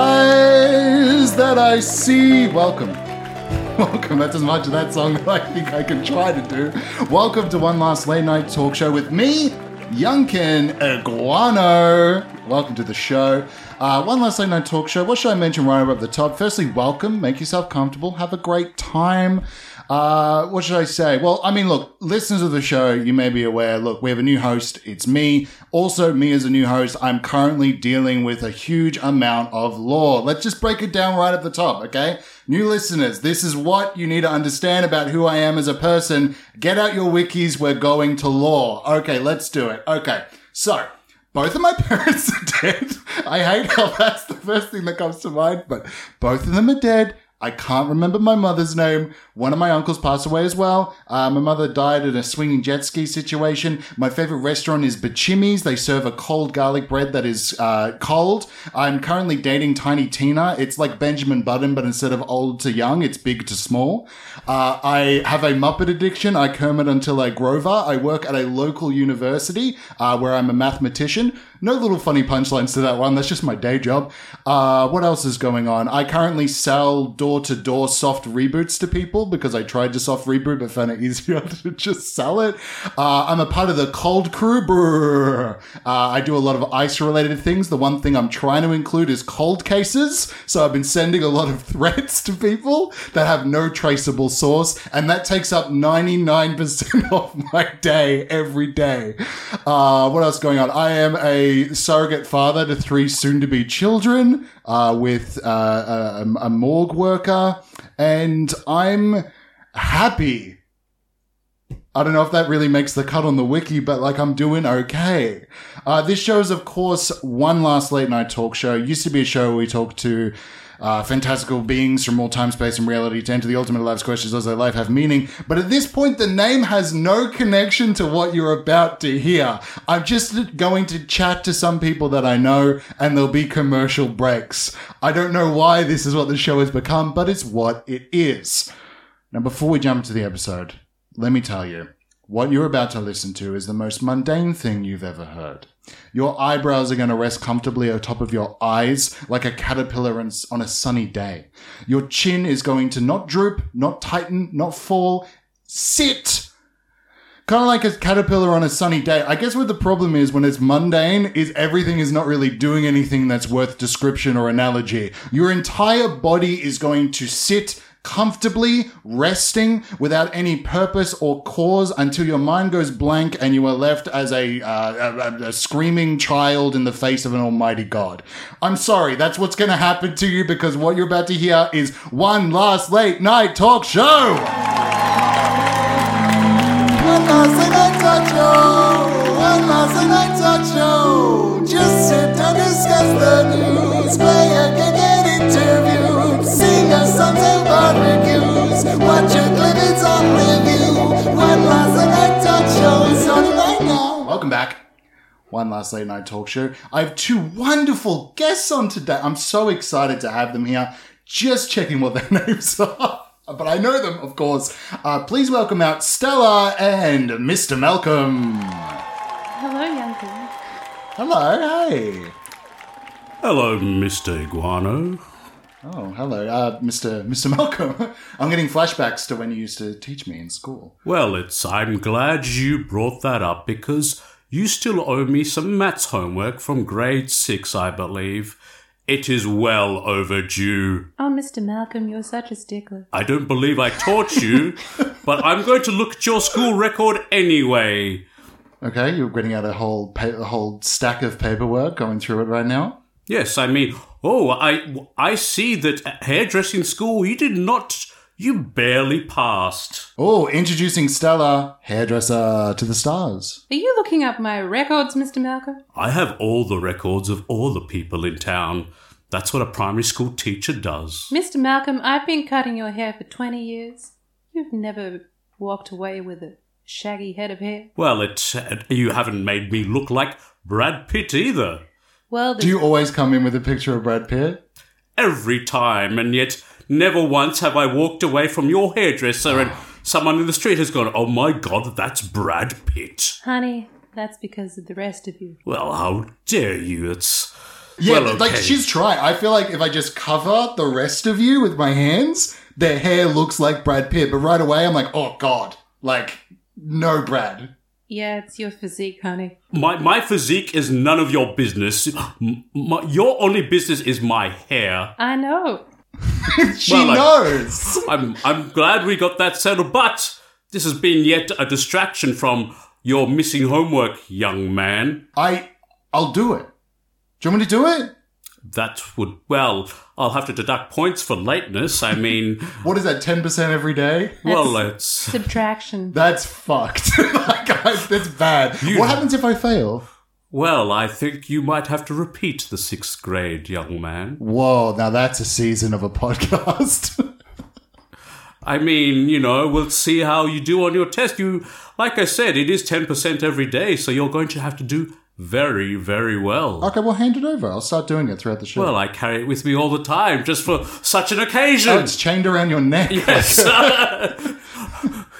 skies that I see. Welcome. Welcome. That's as much of that song that I think I can try to do. Welcome to One Last Late Night Talk Show with me, Youngkin Iguano. Welcome to the show. Uh, one Last Late Night Talk Show. What should I mention right up the top? Firstly, welcome. Make yourself comfortable. Have a great time. Uh, what should I say? Well, I mean, look, listeners of the show, you may be aware. Look, we have a new host. It's me. Also, me as a new host, I'm currently dealing with a huge amount of law. Let's just break it down right at the top, okay? New listeners, this is what you need to understand about who I am as a person. Get out your wikis. We're going to law. Okay, let's do it. Okay. So, both of my parents are dead. I hate how that's the first thing that comes to mind, but both of them are dead. I can't remember my mother's name. One of my uncles passed away as well. Uh, my mother died in a swinging jet ski situation. My favorite restaurant is Bachimi's. They serve a cold garlic bread that is uh, cold. I'm currently dating Tiny Tina. It's like Benjamin Button, but instead of old to young, it's big to small. Uh, I have a Muppet addiction. I Kermit until I Grover. I work at a local university uh, where I'm a mathematician. No little funny punchlines to that one. That's just my day job. Uh, what else is going on? I currently sell door to door soft reboots to people because I tried to soft reboot but found it easier to just sell it. Uh, I'm a part of the cold crew. Brrr. Uh, I do a lot of ice related things. The one thing I'm trying to include is cold cases. So I've been sending a lot of threats to people that have no traceable source. And that takes up 99% of my day every day. Uh, what else going on? I am a surrogate father to three soon to be children uh, with uh, a, a morgue worker. And I'm happy. I don't know if that really makes the cut on the wiki, but like I'm doing okay. Uh, this show is, of course, one last late night talk show. It used to be a show where we talked to uh, fantastical beings from all time, space, and reality to enter the ultimate of life's questions does their life have meaning? But at this point, the name has no connection to what you're about to hear. I'm just going to chat to some people that I know, and there'll be commercial breaks. I don't know why this is what the show has become, but it's what it is. Now, before we jump to the episode, let me tell you, what you're about to listen to is the most mundane thing you've ever heard. Your eyebrows are going to rest comfortably atop of your eyes like a caterpillar on s- on a sunny day. Your chin is going to not droop, not tighten, not fall. Sit! Kind of like a caterpillar on a sunny day. I guess what the problem is when it's mundane is everything is not really doing anything that's worth description or analogy. Your entire body is going to sit comfortably, resting without any purpose or cause until your mind goes blank and you are left as a, uh, a, a screaming child in the face of an almighty God. I'm sorry, that's what's going to happen to you because what you're about to hear is one last late night talk show. One last late night talk show. One last late night talk show. Just sit down, discuss the news, play a game, get interviewed, sing us songs and barbecues, watch a clip, it's on review. One last late night talk show is on right now. Welcome back. One Last Late Night Talk Show. I have two wonderful guests on today. I'm so excited to have them here. Just checking what their names are. But I know them, of course. Uh, please welcome out Stella and Mr. Malcolm. Hello, young people. Hello, hey. Hello, Mr. Iguano. Oh, hello, uh, Mr. Mr. Malcolm. I'm getting flashbacks to when you used to teach me in school. Well, it's I'm glad you brought that up because you still owe me some maths homework from grade 6, I believe. It is well overdue. Oh, Mr. Malcolm, you're such a stickler. I don't believe I taught you, but I'm going to look at your school record anyway. Okay, you're getting out a whole pa- a whole stack of paperwork, going through it right now. Yes, I mean, oh, I I see that at hairdressing school you did not you barely passed. Oh, introducing Stella, hairdresser to the stars. Are you looking up my records, Mr. Malcolm? I have all the records of all the people in town. That's what a primary school teacher does. Mr. Malcolm, I've been cutting your hair for 20 years. You've never walked away with a shaggy head of hair. Well, it, you haven't made me look like Brad Pitt either. Well, Do you always come in with a picture of Brad Pitt? every time, and yet never once have I walked away from your hairdresser and someone in the street has gone, Oh my god, that's Brad Pitt. honey, that's because of the rest of you. Well, how dare you? It's Yeah, well, like okay. she's trying. I feel like if I just cover the rest of you with my hands, their hair looks like Brad Pitt. But right away, I'm like, oh god, like no, Brad. Yeah, it's your physique, honey. My my physique is none of your business. M- my- your only business is my hair. I know. she Well, like- knows. I'm I'm glad we got that settled, but this has been yet a distraction from your missing homework, young man. I, I'll do it. Do you want me to do it? That would well, I'll have to deduct points for lateness. I mean, What is that? Ten percent every day? well, That's- it's Subtraction. That's fucked. like, I, that's bad. You- what happens if I fail? well, I think you might have to repeat the sixth grade, young man. Whoa! Now that's a season of a podcast. I mean, you know, we'll see how you do on your test. You, like I said, it is ten percent every day, so you're going to have to do very, very well. okay, well, hand it over. I'll start doing it throughout the show. Well, I carry it with me all the time, just for such an occasion. Oh, it's chained around your neck. Yes.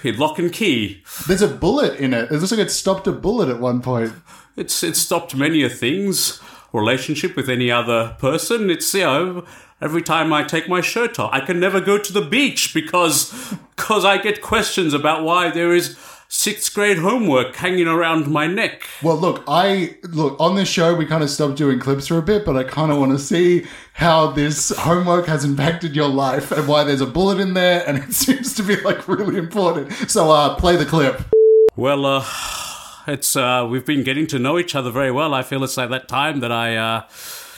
Hey, Lock and key. There's a bullet in it. It looks like it stopped a bullet at one point. It's it's stopped many a things. Relationship with any other person. It's you know every time I take my shirt off, I can never go to the beach because because I get questions about why there is sixth grade homework hanging around my neck. Well, look, I look on this show. We kind of stopped doing clips for a bit, but I kind of want to see how this homework has impacted your life and why there's a bullet in there, and it seems to be like really important. So, uh, play the clip. Well, uh, it's uh, we've been getting to know each other very well. I feel it's like that time that I uh,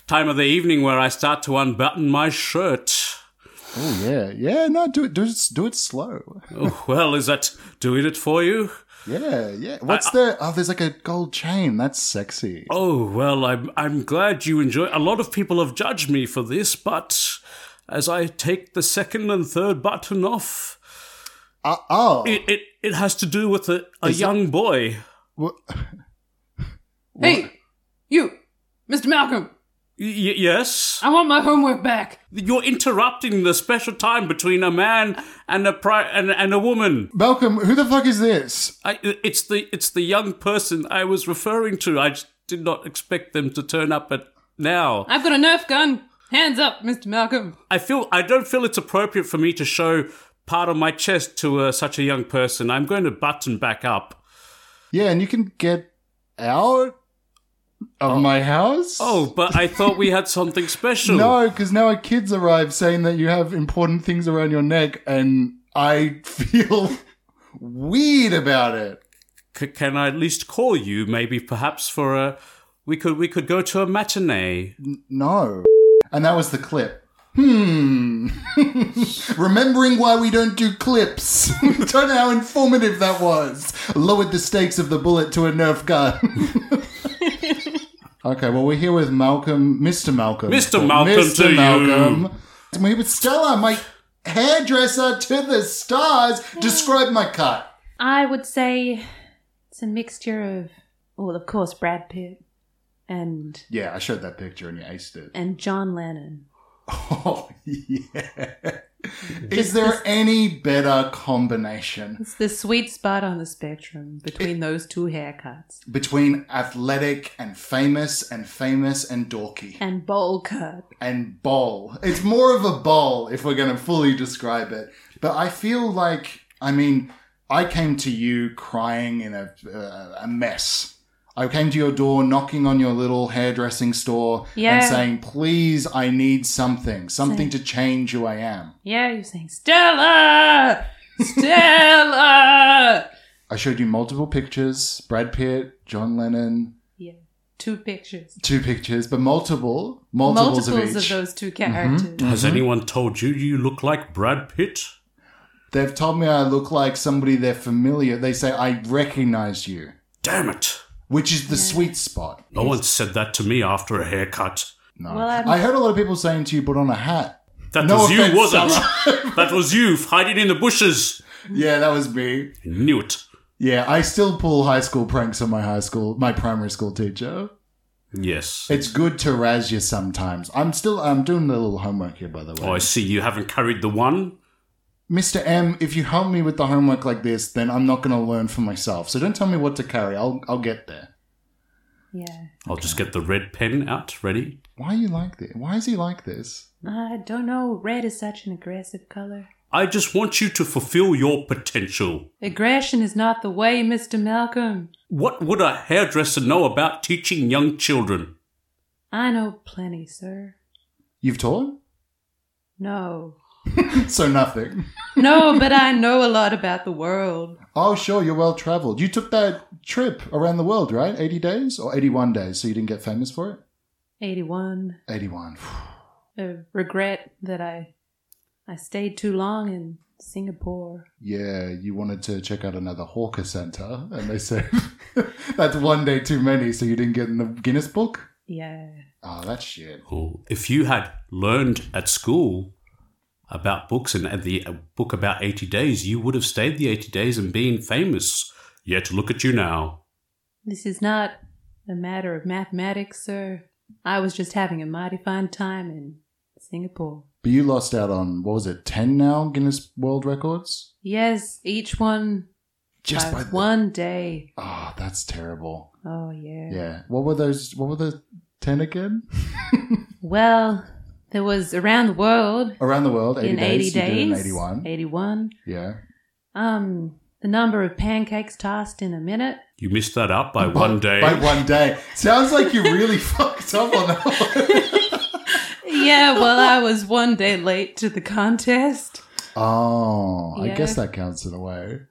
time of the evening where I start to unbutton my shirt. Oh yeah, yeah. No, do it. Do it. Do it slow. Oh, well, is that doing it for you? Yeah, yeah. What's the? Oh, there's like a gold chain. That's sexy. Oh, well, I'm, I'm glad you enjoy. A lot of people have judged me for this, but as I take the second and third button off, Uh, oh, it, it, it has to do with a, a young boy. Wha- Hey, you, Mr. Malcolm, Y- yes? I want my homework back. You're interrupting the special time between a man and a pri- and, and a woman. Malcolm, who the fuck is this? I, it's the it's the young person I was referring to. I just did not expect them to turn up at now. I've got a Nerf gun. Hands up, Mr. Malcolm. I feel I don't feel it's appropriate for me to show part of my chest to uh, such a young person. I'm going to button back up. Yeah, and you can get out of my house. Oh, but I thought we had something special. No, because now our kids arrive saying that you have important things around your neck, and I feel weird about it. C- can I at least call you? Maybe, perhaps for a we could we could go to a matinee. No. And that was the clip. Hmm. Remembering why we don't do clips. don't know how informative that was. Lowered the stakes of the bullet to a Nerf gun. okay, well, we're here with Malcolm, Mr. Malcolm. Mr. Malcolm to you. And We're here with Stella, my hairdresser to the stars. Describe my cut. I would say it's a mixture of, well, of course, Brad Pitt and Yeah, I showed that picture and you aced it. and John Lennon. Oh, yeah. Is there any better combination? It's the sweet spot on the spectrum between those two haircuts between athletic and famous and famous and dorky and bowl cut. and bowl. It's more of a bowl if we're going to fully describe it. But I feel like, I mean, I came to you crying in a, uh, a mess. I came to your door knocking on your little hairdressing store Yeah. and saying, please, I need something, something to change who I am. Yeah, you're saying Stella, Stella. I showed you multiple pictures Brad Pitt, John Lennon, yeah, two pictures, two pictures, but multiple, multiples, of each. Mm-hmm. those two characters. Has anyone told you you look like Brad Pitt? They've told me I look like somebody they're familiar. They say I recognize you, Damn it! which is the sweet spot. No one said that to me after a haircut. No, Well, I'm- I heard a lot of people saying to you, "Put on a hat." That No was you, offense, wasn't? that was you hiding in the bushes. Yeah, that was me. I knew it. Yeah, I still pull high school pranks on my high school, my primary school teacher. Yes. It's good to razz you sometimes. I'm still, I'm doing a little homework here, by the way. Oh, I see. You haven't carried the one. Mr. M, if you help me with the homework like this, then I'm not going to learn for myself. So don't tell me what to carry. I'll, I'll get there. Yeah, I'll just get the red pen out, ready. Why are you like this? Why is he like this? I don't know. Red is such an aggressive color. I just want you to fulfill your potential. Aggression is not the way, Mr. Malcolm. What would a hairdresser know about teaching young children? I know plenty, sir. You've taught? No. So nothing. No, but I know a lot about the world. Oh, sure, you're well traveled. You took that trip around the world, right? 80 days or 81 days, so you didn't get famous for it? 81. 81. A regret that I I stayed too long in Singapore. Yeah, you wanted to check out another hawker center, and they said that's one day too many, so you didn't get in the Guinness book? Yeah. Oh, that's shit. Oh, If you had learned at school about books and and the uh, book about 80 days, you would have stayed the 80 days and been famous. Yet look at you now. This is not a matter of mathematics, sir. I was just having a mighty fine time in Singapore. But you lost out on, what was it, 10 now Guinness World Records? Yes, each one Just by the- Uh, one day. Oh, that's terrible. Oh yeah. Yeah. What were those? What were the 10 again? Well, there was around the world Around the world, 80 in days. 80 you did it days. in 81. 81. Yeah. Um, the number of pancakes tossed in a minute. You missed that up by one day. By one day. Sounds like you really fucked up on that one. Yeah, well, I was one day late to the contest. Oh, I Yeah. guess that counts in a way.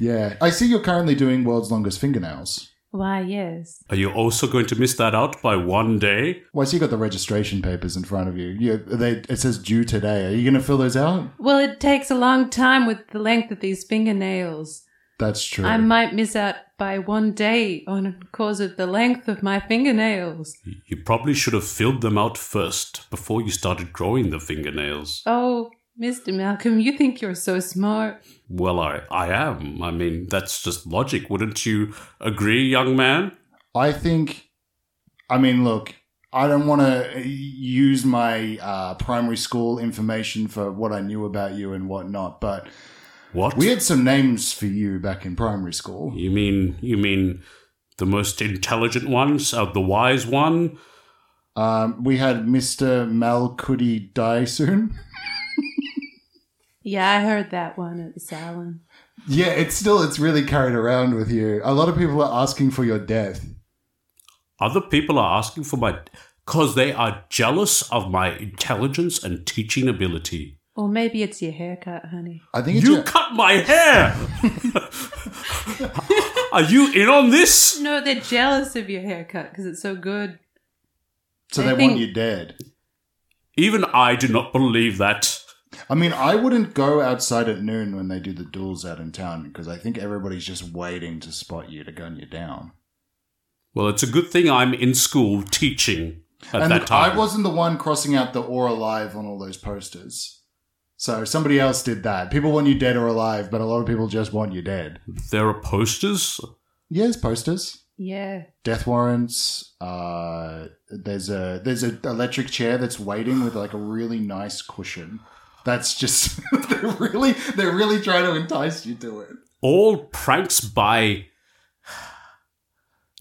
yeah. I see you're currently doing World's Longest Fingernails. Why, yes. Are you also going to miss that out by one day? Well, I see you got the registration papers in front of you. you they, it says due today. Are you going to fill those out? Well, it takes a long time with the length of these fingernails. That's true. I might miss out by one day on cause of the length of my fingernails. You probably should have filled them out first before you started growing the fingernails. Oh, Mr. Malcolm, you think you're so smart. Well, I, I am. I mean, that's just logic. Wouldn't you agree, young man? I think, I mean, look, I don't want to use my uh, primary school information for what I knew about you and whatnot, but What? we had some names for you back in primary school. You mean you mean the most intelligent ones, uh, the wise one? Um, we had Mr. Malkudi Daisoon. Yeah, I heard that one at the salon. Yeah, it's still, it's really carried around with you. A lot of people are asking for your death. Other people are asking for my because they are jealous of my intelligence and teaching ability. Or maybe it's your haircut, honey. I think it's You your- cut my hair. are you in on this? No, they're jealous of your haircut because it's so good. so I they want think- you dead. Even I do not believe that. I mean, I wouldn't go outside at noon when they do the duels out in town because I think everybody's just waiting to spot you to gun you down. Well, it's a good thing I'm in school teaching at and that look, time. I wasn't the one crossing out the or alive on all those posters. So somebody else did that. People want you dead or alive, but a lot of people just want you dead. There are posters. Yes, posters. Yeah. Death warrants. Uh, there's a there's an electric chair that's waiting with like a really nice cushion. That's just they're really they're really trying to entice you to it. all pranks by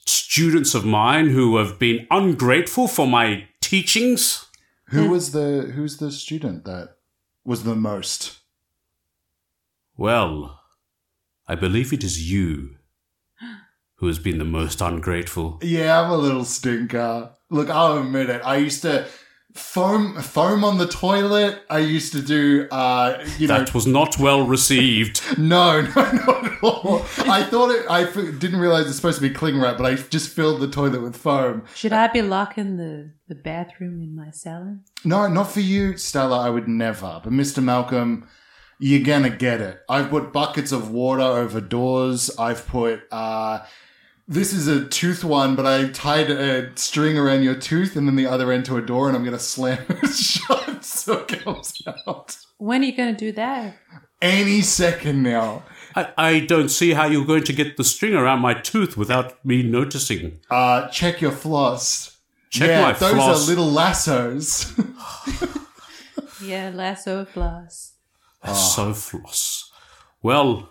students of mine who have been ungrateful for my teachings. Who was the who's the student that was the most? Well, I believe it is you who has been the most ungrateful. Yeah, I'm a little stinker. Look, I'll admit it. I used to foam foam on the toilet. I used to do, uh, you know, That was not well received. no, no, not at all. I thought it. I f- didn't realize it's supposed to be cling wrap, but I just filled the toilet with foam. Should I be locking the, the bathroom in my salon? No, not for you, Stella. I would never. But Mr. Malcolm, you're gonna get it. I've put buckets of water over doors. I've put. uh this is a tooth one, but I tied a string around your tooth and then the other end to a door, and I'm gonna slam it shut so it comes out When are you going to do that? any second now. I, I don't see how you're going to get the string around my tooth without me noticing. Uh, check your floss. Check yeah, my those floss. are little lassos. Yeah, lasso floss. That's so floss. Well,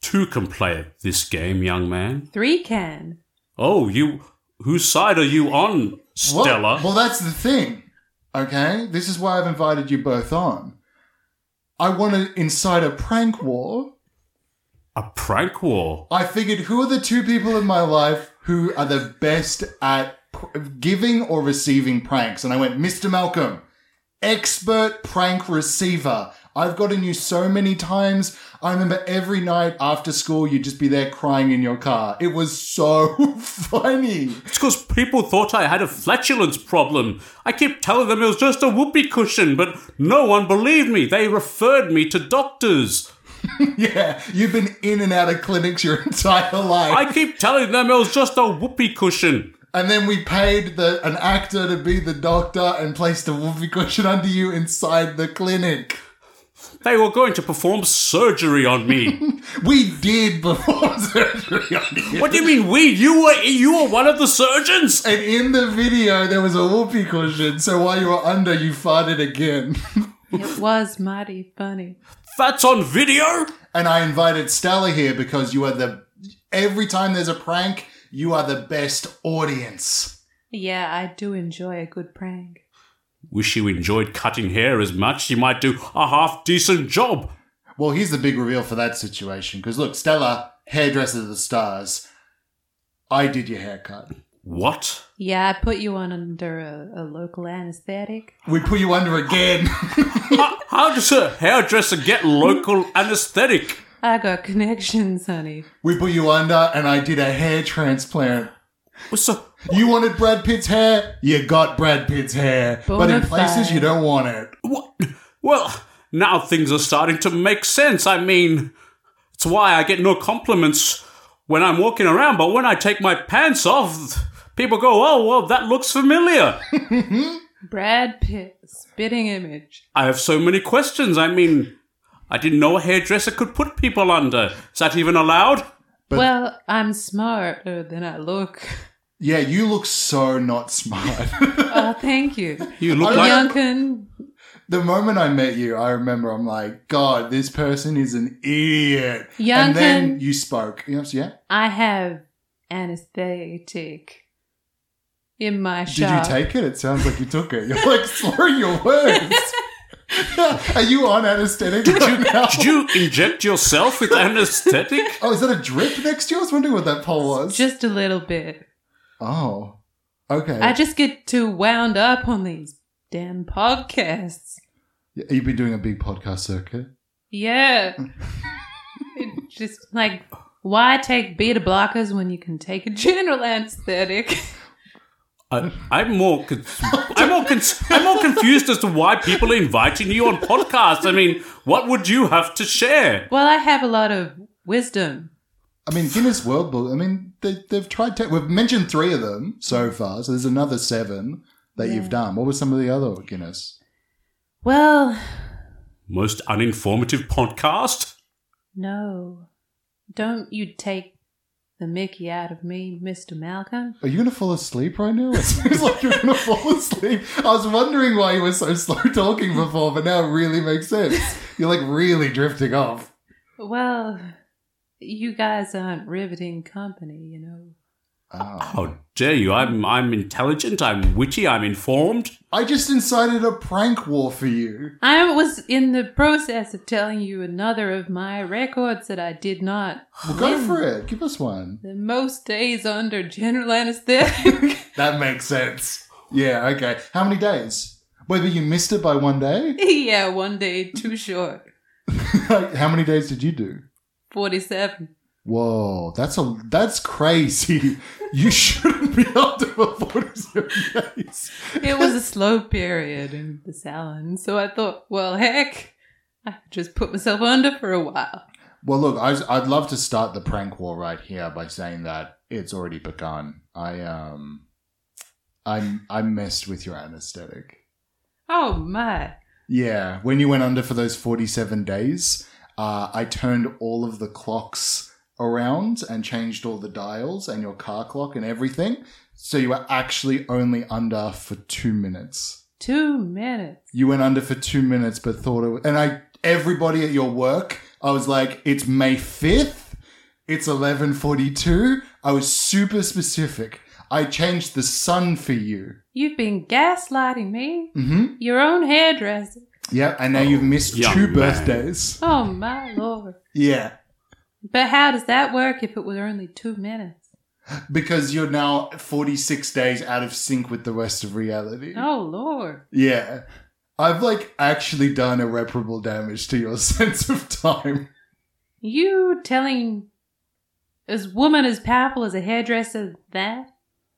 two can play at this game, young man. Three can. Oh, you whose side are you on, Well- Stella? Well, that's the thing. Okay? This is why I've invited you both on. I want to incite a prank war. A prank war. I figured who are the two people in my life who are the best at pr- giving or receiving pranks? And I went, Mr. Malcolm, expert prank receiver. I've gotten you so many times. I remember every night after school, you'd just be there crying in your car. It was so funny. It's because people thought I had a flatulence problem. I kept telling them it was just a whoopee cushion, but no one believed me. They referred me to doctors. Yeah, you've been in and out of clinics your entire life. I keep telling them it was just a whoopee cushion. And then we paid the an actor to be the doctor and placed a whoopee cushion under you inside the clinic. They were going to perform surgery on me. We did perform surgery on you. what do you mean we? You were you were one of the surgeons? And in the video, there was a whoopee cushion, so while you were under, you farted again. It was mighty funny. That's on video? and I invited Stella here because you are the. Every time there's a prank, you are the best audience. Yeah, I do enjoy a good prank. Wish you enjoyed cutting hair as much. You might do a half decent job. Well, here's the big reveal for that situation. Because look, Stella, hairdresser of the stars, I did your haircut. What? Yeah, I put you on under a, a local anesthetic. We put you under again. How, how does a hairdresser get local anesthetic? I got connections, honey. we put you under, and I did a hair transplant. So, You wanted Brad Pitt's hair, you got Brad Pitt's hair. But in Bonafide. places you don't want it. What? Well, now things are starting to make sense. I mean, it's why I get no compliments when I'm walking around, but when I take my pants off, people go, oh, well, that looks familiar. Brad Pitt, spitting image. I have so many questions. I mean, I didn't know a hairdresser could put people under. Is that even allowed? But- well, I'm smarter than I look. Yeah, you look so not smart. oh, thank you. You Oh, I'm look like. Yunkin, the moment I met you, I remember I'm like, God, this person is an idiot. Youngkin. And then you spoke. You know, so yeah. I have anesthetic in my Did you shop. take it? It sounds like you took it. You're like slurring your words. Are you on anesthetic right now? Did you inject yourself with anesthetic? Oh, is that a drip next to you? I was wondering what that poll was. Just a little bit. oh, okay. I just get too wound up on these damn podcasts. You've been doing a big podcast circuit. Yeah. It just like, why take beta blockers when you can take a general anesthetic? I, I'm more, con- I'm more, con- I'm more confused as to why people are inviting you on podcasts. I mean, what would you have to share? well, I have a lot of wisdom. I mean, Guinness World Book. I mean, they, they've tried. Te- we've mentioned three of them so far. So there's another seven that you've done. What were some of the other Guinness? Well, Most uninformative podcast? no. Don't you take the mickey out of me, Mr. Malcolm. Are you gonna fall asleep right now? It seems like you're gonna fall asleep. I was wondering why you were so slow talking before, but now it really makes sense. You're like really drifting off. Well, you guys aren't riveting company, you know. Oh. How dare you? I'm I'm intelligent, I'm witty, I'm informed. I just incited a prank war for you. I was in the process of telling you another of my records that I did not. Well, go for it. Give us one. The most days under general anesthetic. That makes sense. Yeah. Okay. How many days? Whether you missed it by one day. yeah, one day too short. Like, how many days did you do? 47. Whoa, that's a that's crazy. You shouldn't be up to a 47 days. It was a slow period in the salon, so I thought, well, heck, I could just put myself under for a while. Well, look, I, I'd love to start the prank war right here by saying that it's already begun. I um, I'm I messed with your anesthetic. Oh my. Yeah, when you went under for those 47 days, uh, I turned all of the clocks around and changed all the dials and your car clock and everything. So you were actually only under for two minutes. Two minutes. you went under for two minutes, but thought it was, and I, everybody at your work, I was like, it's May 5th. It's 1142. I was super specific. I changed the sun for you. You've been gaslighting me. Mm-hmm. Your own hairdresser. Yeah, and now you've missed young two man. birthdays. Oh my lord. Yeah, But how does that work if it were only two minutes? because you're now 46 days out of sync with the rest of reality. Oh lord. Yeah. I've like actually done irreparable damage to your sense of time. You telling this woman as powerful as a hairdresser that?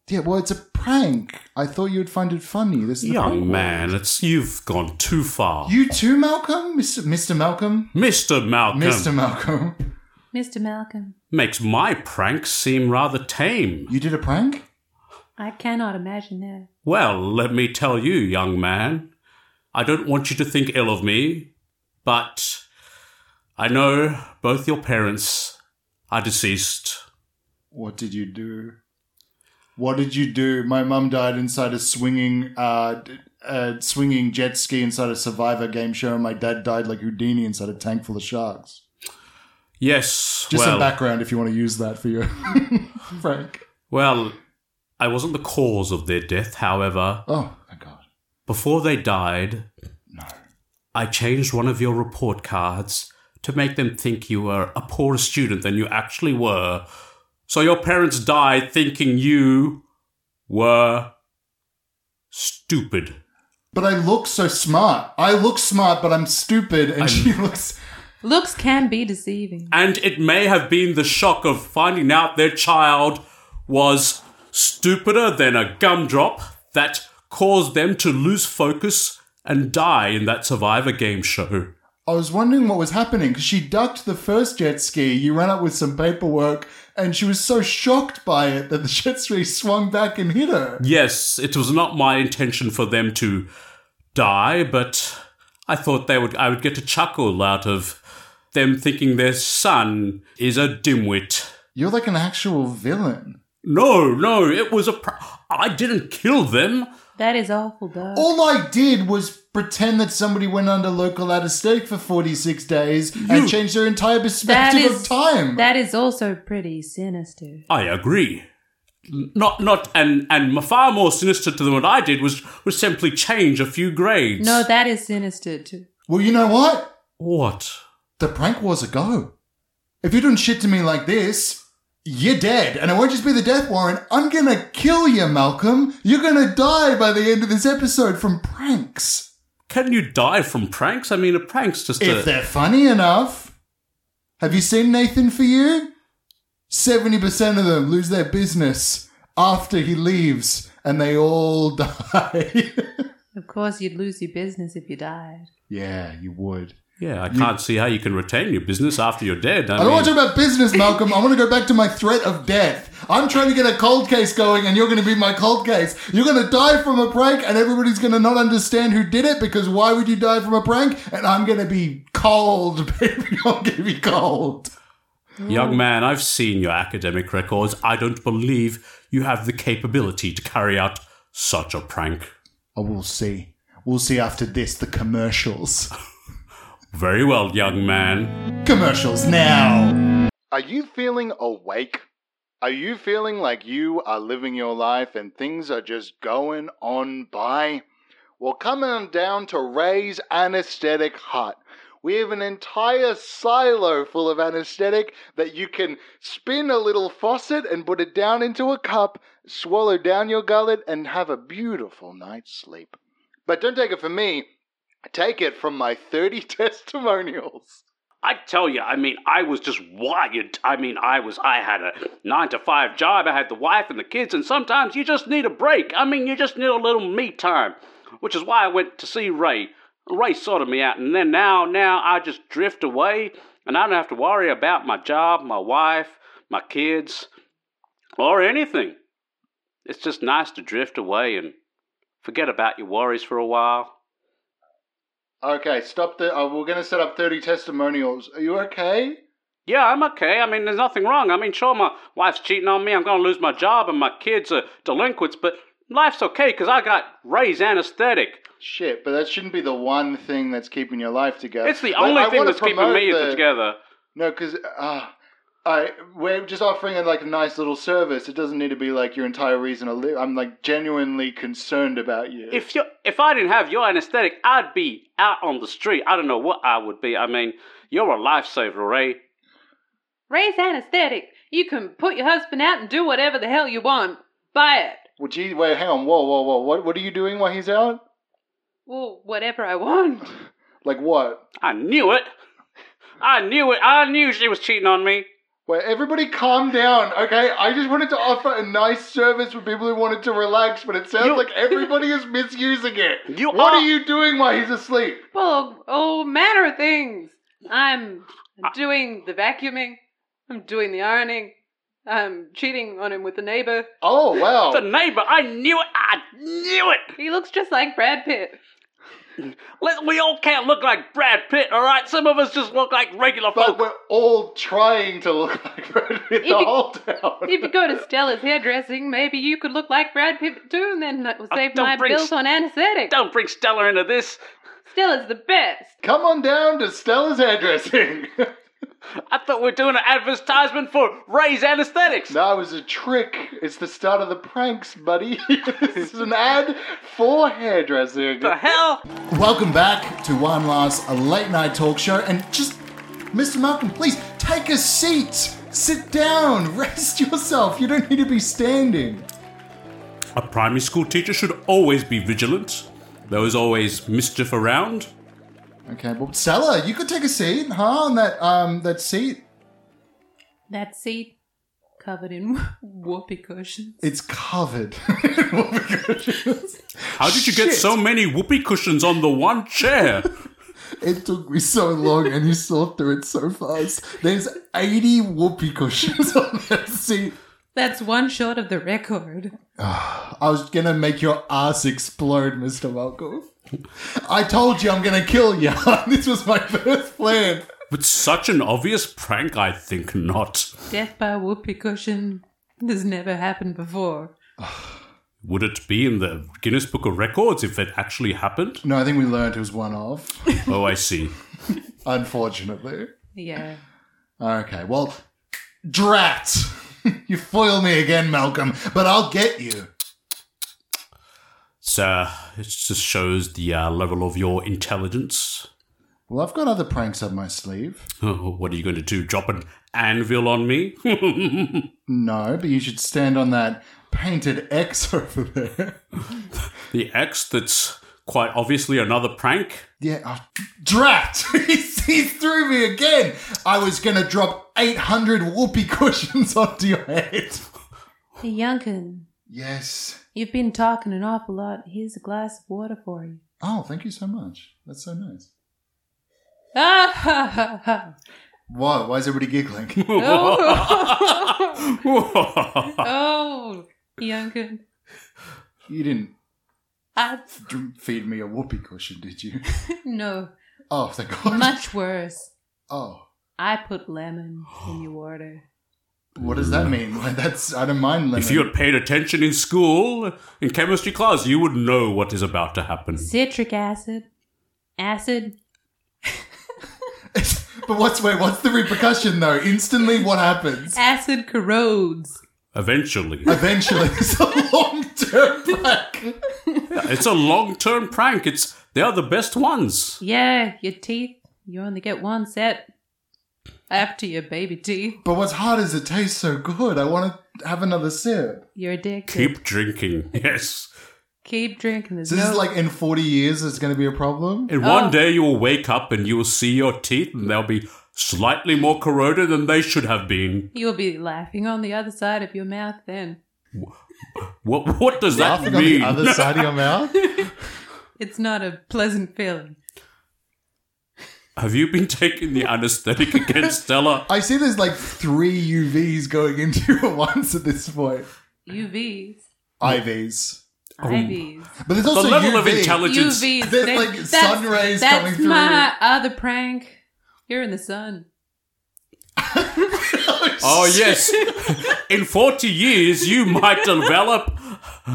Yeah, well, it's a prank. I thought you'd find it funny. This is the Young prank. man, it's you've gone too far. You too, Malcolm? Mr. Mr. Malcolm? Mr. Malcolm Mr. Malcolm. Mr. Malcolm, makes my pranks seem rather tame. You did a prank? I cannot imagine that. Well, let me tell you, young man, I don't want you to think ill of me, but I know both your parents are deceased. What did you do? What did you do? My mum died inside a swinging, uh, d- uh, swinging jet ski inside a Survivor game show, and my dad died like Houdini inside a tank full of sharks. Yes, Just well, some background if you want to use that for your prank. well, I wasn't the cause of their death. However, Oh, thank God. before they died, No. I changed one of your report cards to make them think you were a poorer student than you actually were. So your parents died thinking you were stupid. But I look so smart. I look smart, but I'm stupid, and she looks. Looks can be deceiving. And it may have been the shock of finding out their child was stupider than a gumdrop that caused them to lose focus and die in that survivor game show. I was wondering what was happening because she ducked the first jet ski. You ran up with some paperwork, and she was so shocked by it that the jet ski swung back and hit her. Yes, it was not my intention for them to die, but I thought they would I would get a chuckle out of them thinking their son is a dimwit. You're like an actual villain. No, no, it was a pr- I didn't kill them. That is awful, though. All I did was pretend that somebody went under local anesthetic for 46 days and changed their entire that perspective is of time. That is also pretty sinister. I agree. N- Not not and and far more sinister to them what I did was was simply change a few grades. No, that is sinister too. well, you know what? what? The prank war's a go. If you're doing shit to me like this, you're dead. And it won't just be the death warrant. I'm gonna kill you, Malcolm. You're gonna die by the end of this episode from pranks. Can you die from pranks? I mean, a prank's just a If they're funny enough. Have you seen Nathan for You? 70% of them lose their business after he leaves and they all die. Of course, you'd lose your business if you died. yeah, you would. yeah. I can't see how you can retain your business after you're dead. I, I don't mean, want to talk about business, Malcolm. I want to go back to my threat of death. I'm trying to get a cold case going, and you're going to be my cold case. You're going to die from a prank, and everybody's going to not understand who did it because why would you die from a prank? And I'm going to be cold, baby. I'm going to be cold. Young man, I've seen your academic records. I don't believe you have the capability to carry out such a prank. Oh, we'll see. We'll see after this the commercials. Very well, young man. Commercials now. Are you feeling awake? Are you feeling like you are living your life and things are just going on by? Well, come on down to Ray's Anesthetic Hut. We have an entire silo full of anesthetic that you can spin a little faucet and put it down into a cup, swallow down your gullet, and have a beautiful night's sleep. But don't take it from me, take it from my 30 testimonials. I tell you, I mean, I was just wired. I mean, I was, I had a nine to five job. I had the wife and the kids, and sometimes you just need a break. I mean, you just need a little me time, which is why I went to see Ray. Ray sorted me out, and then now, now I just drift away, and I don't have to worry about my job, my wife, my kids, or anything. It's just nice to drift away and forget about your worries for a while. Okay, stop the. Uh, we're going to set up 30 testimonials. Are you okay? Yeah, I'm okay. I mean, there's nothing wrong. I mean, sure, my wife's cheating on me. I'm going to lose my job, and my kids are delinquents, but life's okay because I got Ray's anesthetic. Shit, but that shouldn't be the one thing that's keeping your life together. It's the But only I thing wanna that's keeping promote me the- together. No, because uh, I we're just offering like a nice little service. It doesn't need to be like your entire reason to live. I'm like genuinely concerned about you. If you if I didn't have your anesthetic, I'd be out on the street. I don't know what I would be. I mean, you're a lifesaver, Ray. Ray's anesthetic. You can put your husband out and do whatever the hell you want. Buy it. well, gee, wait, hang on, whoa, whoa, whoa. What what are you doing while he's out? Well, whatever I want. Like what? I knew it. I knew it. I knew she was cheating on me. Wait, everybody, calm down, okay? I just wanted to offer a nice service for people who wanted to relax, but it sounds You- like everybody is misusing it. You what are- are you doing while he's asleep? Well, all manner of things. I'm Ah. doing the vacuuming. I'm doing the ironing. I'm cheating on him with the neighbor. Oh wow. The neighbor. I knew it. I knew it. He looks just like Brad Pitt. Let, we all can't look like Brad Pitt, all right? Some of us just look like regular But folk. we're all trying to look like Brad Pitt the If you- whole town. If you go to Stella's hairdressing, maybe you could look like Brad Pitt too, and then that will Oh, save don't my bring bills s- on anesthetic. Don't bring Stella into this. Stella's the best. Come on down to Stella's hairdressing. I thought we were doing an advertisement for Ray's anesthetics. that was a trick. It's the start of the pranks, buddy. this is an ad for hairdressing. The hell? Welcome back to one last late night talk show. And just, Mr. Malcolm, please take a seat. Sit down. Rest yourself. You don't need to be standing. A primary school teacher should always be vigilant. There is always mischief around. Okay, well, Stella, you could take a seat, huh? On that um that seat. That seat covered in whoopee cushions. It's covered. What we could- How did you get Shit. so many whoopee cushions on the one chair? It took me so long and you saw through it so fast. There's 80 whoopee cushions on that seat. That's one short of the record. I was gonna make your ass explode, Mr. Malcolm. I told you I'm gonna kill you. this was my first plan. With such an obvious prank, I think not. Death by whoopee cushion. This never happened before. Would it be in the Guinness Book of Records if it actually happened? No, I think we learned it was one off, Oh, I see. unfortunately. Yeah. Okay, well, drat! you foil me again, Malcolm, but I'll get you. So it just shows the uh, level of your intelligence. Well, I've got other pranks up my sleeve. Oh, what are you going to do? Drop an anvil on me? No, but you should stand on that painted X over there. the X that's quite obviously another prank. Yeah, oh, drat! He's- he threw me again. I was gonna drop 800 whoopee cushions onto your head. Hey, Yunkin, Yes. you've been talking an awful lot. Here's a glass of water for you. Oh, thank you so much. That's so nice. Ah, ha, ha, ha. Whoa, why is everybody giggling? Oh, Whoa. oh, Yunkin. you didn't I d- feed me a whoopee cushion, did you? no, Oh, thank God. much worse. oh, I put lemon in your water. what does that mean? Like, that's I don't mind lemon. If you had paid attention in school, in chemistry class, you would know what is about to happen. Citric acid, acid. but what's wait? What's the repercussion though? Instantly, what happens? Acid corrodes. Eventually. Eventually, it's a long term back. it's a long term prank. It's They are the best ones. Yeah, your teeth. You only get one set after your baby teeth. But what's hard is it tastes so good. I want to have another sip. You're addicted. Keep drinking. Yes. Keep drinking. There's So this no is like in 40 years, it's going to be a problem. And Oh. one day you will wake up and you will see your teeth and they'll be slightly more corroded than they should have been. You'll be laughing on the other side of your mouth then. What, what does that Laughing on mean? the other side of your mouth. It's not a pleasant feeling. have you been taking the anesthetic against Stella? I see there's like three UVs going into you at once at this point. UVs, IVs. IVs, But there's The also level of UV. intelligence. UVs. Oh. There's, they- like, sun rays that's coming through. my other prank. You're in the sun. Oh, yes. In 40 years, you might develop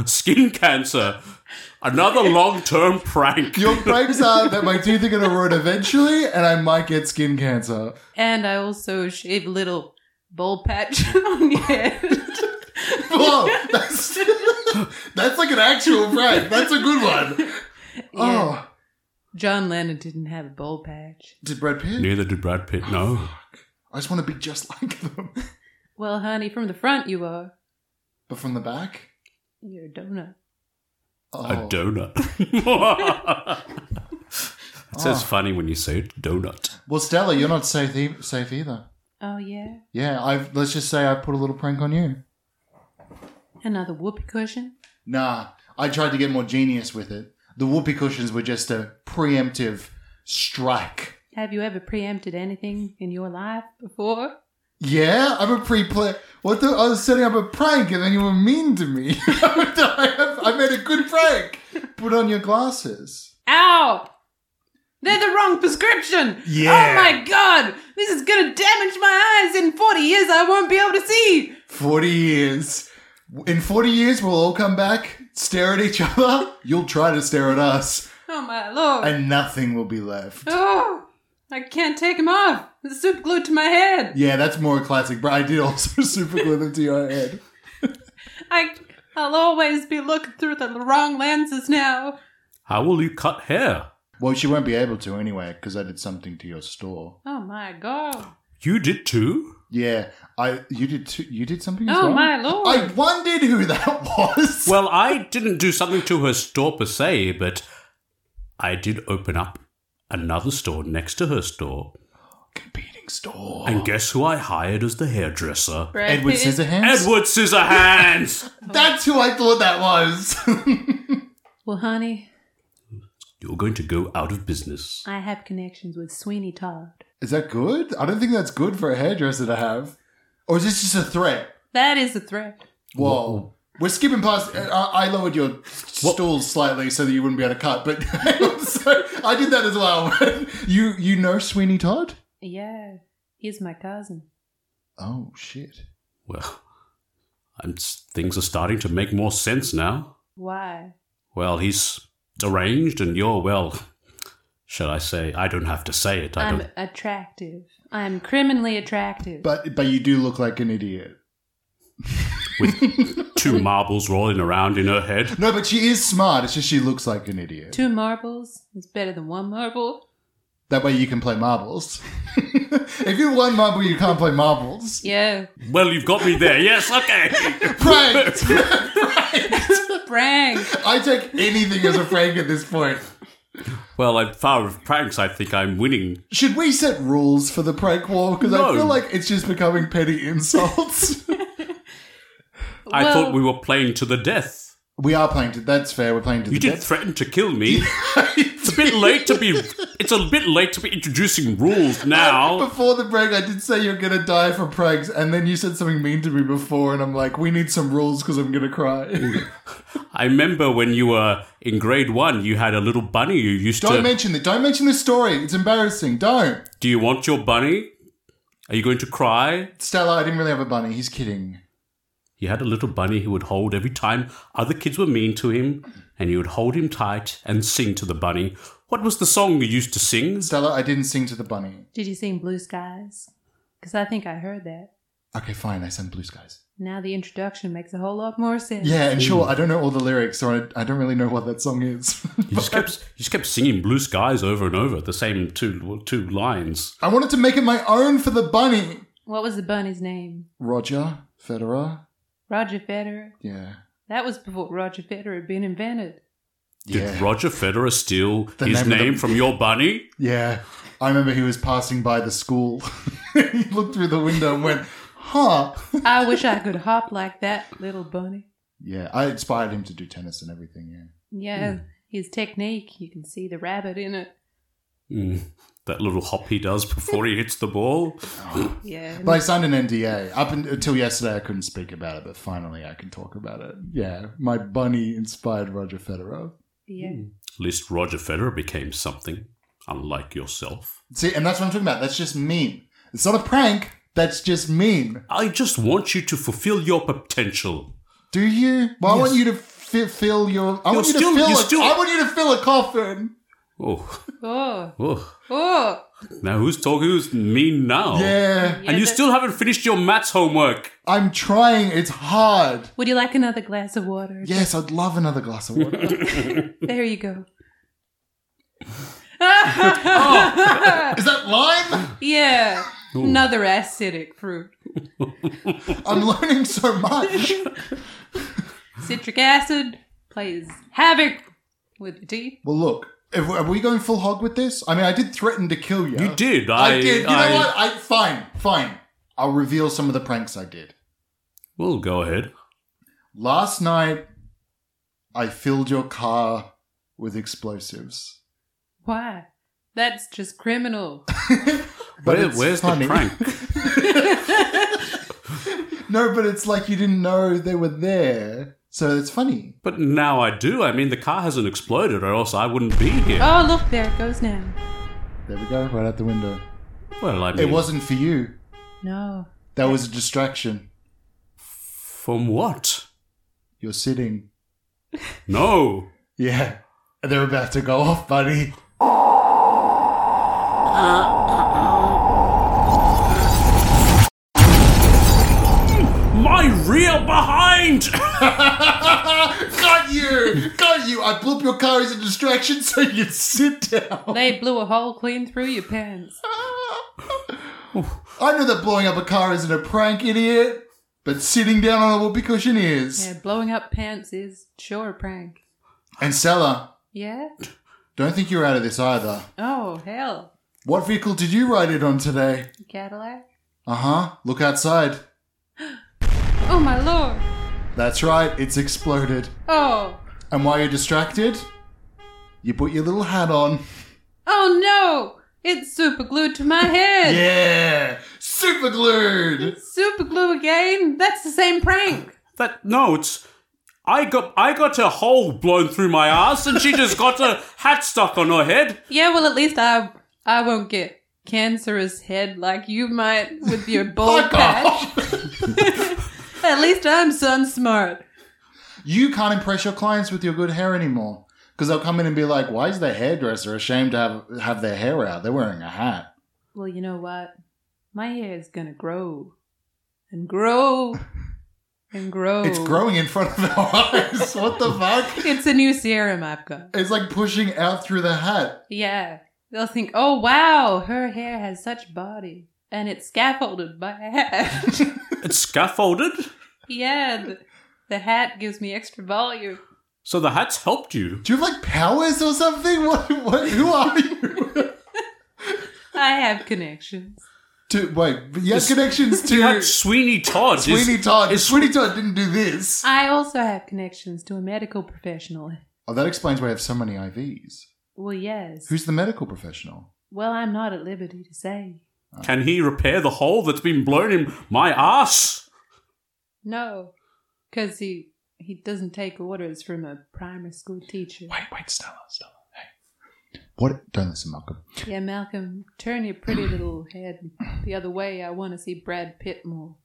skin cancer. Another long term prank. Your pranks are that my teeth are going to rot eventually, and I might get skin cancer. And I also shave little bald patch on your head. Whoa, that's, that's like an actual prank. That's a good one. Yeah. Oh, John Lennon didn't have a bald patch. did Brad Pitt? Neither did Brad Pitt. No. I just want to be just like them, Well, honey, from the front you are. but from the back. You're a donut. Oh, A donut. it says funny when you say it, donut. well, Stella, you're not safe, e- safe either. Oh yeah, Yeah, I've let's just say I put a little prank on you. another whoopee cushion. Nah, I tried to get more genius with it. The whoopee cushions were just a preemptive strike. Have you ever preempted anything in your life before? Yeah, I'm a pre-play. What the? I was setting up a prank, and then you were mean to me. I, have, I made a good prank. Put on your glasses. Ow! They're the wrong prescription! Yeah. Oh my god! This is gonna damage my eyes! In 40 years, I won't be able to see! Forty years. In forty years, we'll all come back, stare at each other. You'll try to stare at us, Oh my lord! and nothing will be left. oh! I can't take them off! It's super glued to my head! Yeah, that's more classic. But I did also super glue them to your head. I, I'll always be looking through the wrong lenses now! How will you cut hair? Well, she won't be able to anyway because I did something to your store. Oh my god! You did too? Yeah, I you did too, you did something. as Oh well? my lord! I wondered who that was. Well, I didn't do something to her store per se, but I did open up another store next to her store. competing store. And guess who I hired as the hairdresser? Brad Edward Pitt. Scissorhands. Edward Scissorhands! That's who I thought that was. Well, honey, You're going to go out of business. I have connections with Sweeney Todd. is that good? I don't think that's good for a hairdresser to have. Or is this just a threat? That is a threat. Whoa. We're skipping past. uh, I, I lowered your stool slightly so that you wouldn't be able to cut, but so I did that as well. you you know Sweeney Todd? Yeah, he's my cousin. Oh shit! Well, I'm, things are starting to make more sense now. Why? Well, he's deranged, and you're, well, shall I say, I don't have to say it. I I'm don't. attractive. I'm criminally attractive. But but you do look like an idiot. With two marbles rolling around in her head. No, but she is smart. It's just she looks like an idiot. Two marbles is better than one marble. That way you can play marbles. if you won marble, you can't play marbles. Yeah. Well, you've got me there. Yes, okay. pranked. Pranked. Frank. I take anything as a prank at this point. well, I'm far of pranks. I think I'm winning. Should we set rules for the prank war? Because I No. feel like it's just becoming petty insults. I Well- thought we were playing to the death. we are playing to that's fair. We're playing to You the didn't death. threaten to kill me. It's a bit late to be. It's a bit late to be introducing rules now. Before the break, I did say you're gonna die for pranks, and then you said something mean to me before, and I'm like, we need some rules because I'm gonna cry. I remember when you were in grade one, you had a little bunny you used Don't to. mention that. Don't mention this story. It's embarrassing. Don't, Do you want your bunny? Are you going to cry? Stella. I didn't really have a bunny. He's kidding. He had a little bunny he would hold every time other kids were mean to him, and he would hold him tight and sing to the bunny. What was the song you used to sing? Stella, I didn't sing to the bunny. Did you sing Blue Skies? Because I think I heard that. Okay, fine. I sang Blue Skies. Now the introduction makes a whole lot more sense. Yeah, and sure, I don't know all the lyrics, so I, I don't really know what that song is. He just kept, he just kept singing "Blue Skies" over and over, the same two two lines. I wanted to make it my own for the bunny. What was the bunny's name? Roger Federer. Roger Federer. Yeah. That was before Roger Federer had been invented. Did Yeah. Roger Federer steal The his name of the- name from your bunny? yeah. I remember he was passing by the school. he looked through the window and went, huh. I wish I could hop like that little bunny. Yeah, I inspired him to do tennis and everything, yeah. Yeah, Hmm. his technique. You can see the rabbit in it. Mm, that little hop he does before he hits the ball. Yeah. But I signed an NDA. Up un- until yesterday, I couldn't speak about it, but finally I can talk about it. Yeah, my bunny inspired Roger Federer. yeah. Hmm. At least Roger Federer became something, unlike yourself. See, and that's what I'm talking about. That's just mean. It's not a prank. That's just mean. I just want you to fulfill your potential. Do you? Well, I want Yes. you to fi- fill your. I You're want you still- to fill. you're A, still- I want you to fill a coffin. Oh, Oh, oh. oh. Now who's talking? Who's mean now? Yeah, Yeah, And you that- still haven't finished your maths homework. I'm trying. It's hard. Would you like another glass of water? Yes, I'd love another glass of water. There you go. Is that lime? Yeah. Another acidic fruit. I'm learning so much. Citric acid plays havoc with the teeth. Well, look, if, are we going full hog with this? I mean, I did threaten to kill you. You did. I, I, did. You I- know what? I fine, fine. I'll reveal some of the pranks I did. Well, go ahead. Last night, I filled your car with explosives. Why? That's just criminal. But Where- it's where's funny. the prank? No, but it's like you didn't know they were there, so it's funny. But now I do. I mean, the car hasn't exploded, or else I wouldn't be here. Oh, look, there it goes now. There we go, right out the window. well, I mean, It wasn't for you. No. That was a distraction. from what? You're sitting. No. Yeah, they're about to go off, buddy. My rear behind! Got you! Got you! I blew up your car as a distraction so you'd sit down. They blew a hole clean through your pants. I know that blowing up a car isn't a prank, idiot, but sitting down on a whoopee cushion is. Yeah, blowing up pants is sure a prank. And Stella, Yeah? don't think you're out of this either. Oh, hell. What vehicle did you ride it on today? Cadillac? Uh huh. Look outside. Oh, my lord. That's right, it's exploded. Oh. And while you're distracted, you put your little hat on. Oh, no. It's super glued to my head. Yeah! Super glued! Super glue again? That's the same prank. That no, it's I got I got a hole blown through my ass, and she just got a hat stuck on her head. Yeah, well, at least I I won't get cancerous head like you might with your bald Fuck off. patch. At least I'm sun smart. You can't impress your clients with your good hair anymore. Because they'll come in and be like, why is their hairdresser ashamed to have, have their hair out? They're wearing a hat. Well, you know what? My hair is gonna grow and grow and grow. It's growing in front of our eyes. What the fuck? It's a new serum I've got. It's like pushing out through the hat. Yeah, they'll think, oh wow, her hair has such body, and it's scaffolded by a hat. It's scaffolded, yeah, the, the hat gives me extra volume. so the hat's helped you. Do you have like powers or something? What, what, who are you? I have connections. to, wait, you have connections You had to Sweeney Todd. is- Sweeney Todd. is- Sweeney Todd didn't do this. I also have connections to a medical professional. Oh, that explains why I have so many IVs. Well, yes. Who's the medical professional? well, I'm not at liberty to say. Can he repair the hole that's been blown in my ass? No, because he he doesn't take orders from a primary school teacher. Wait, wait, Stella, Stella. Hey. What? Don't listen, Malcolm. Yeah, Malcolm, turn your pretty little head the other way. I want to see Brad Pitt more.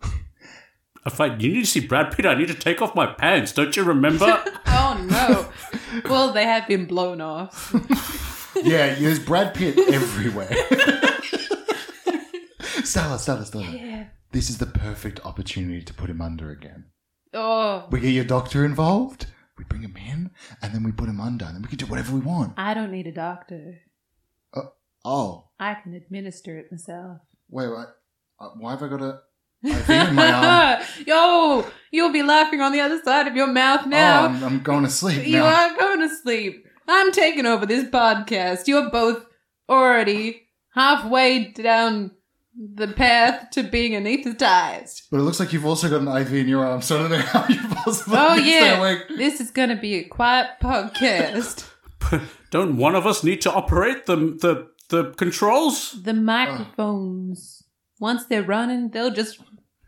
If I you need to see Brad Pitt, I need to take off my pants. Don't you remember? oh no! well, they have been blown off. Yeah, there's Brad Pitt everywhere. Stella, Stella, Stella. Yeah. This is the perfect opportunity to put him under again. Oh, We get your doctor involved, we bring him in, and then we put him under, and then we can do whatever we want. I don't need a doctor. Oh, I can administer it myself. wait, wait. Uh, why have I got a IV in my uh, arm? Yo, you'll be laughing on the other side of your mouth now. Oh, I'm, I'm going to sleep You now. are going to sleep. I'm taking over this podcast. You're both already halfway down the path to being anesthetized. But it looks like you've also got an IV in your arm, so I don't know how you possibly Oh, can stay yeah. awake. This is going to be a quiet podcast. Don't one of us need to operate the the the controls? the microphones, once they're running, they'll just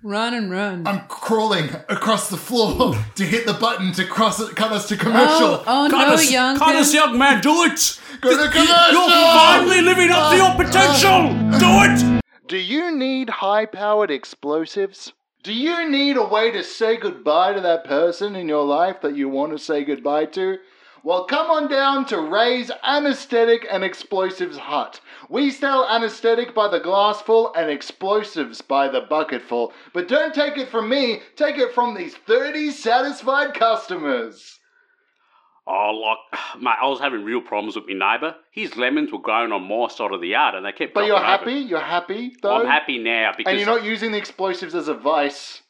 run and run. I'm crawling across the floor to hit the button to cross it, cut us to commercial. oh, oh Cut no, us, young. cut us, young man, do it! Go to commercial! You're finally living up to Oh, your potential! Do it! Do you need high powered explosives? Do you need a way to say goodbye to that person in your life that you want to say goodbye to? Well, come on down to Ray's Anesthetic and Explosives Hut. We sell anesthetic by the glassful and explosives by the bucketful. But don't take it from me, take it from these 30 satisfied customers. Oh, look, mate, I was having real problems with my neighbour. His lemons were growing on my side of the yard and they kept But you're dropping happy? over. You're happy, though? I'm happy now because. And you're not using the explosives as a vice.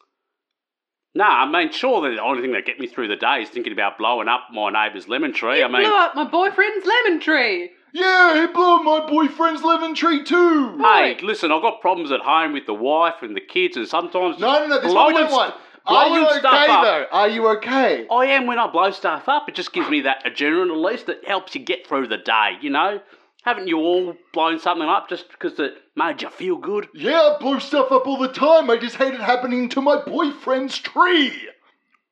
Nah, I mean, sure, the only thing that get me through the day is thinking about blowing up my neighbour's lemon tree. I mean, Blew up my boyfriend's lemon tree. Yeah, he blew up my boyfriend's lemon tree too! hey, listen, I've got problems at home with the wife and the kids, and sometimes. No, no, no, this is what blowing we don't want. st- Are blowing you okay, stuff up. though? Are you okay? I am when I blow stuff up. It just gives me that adrenaline release that helps you get through the day, you know? Haven't you all blown something up just because it made you feel good? Yeah, I blow stuff up all the time. I just hate it happening to my boyfriend's tree.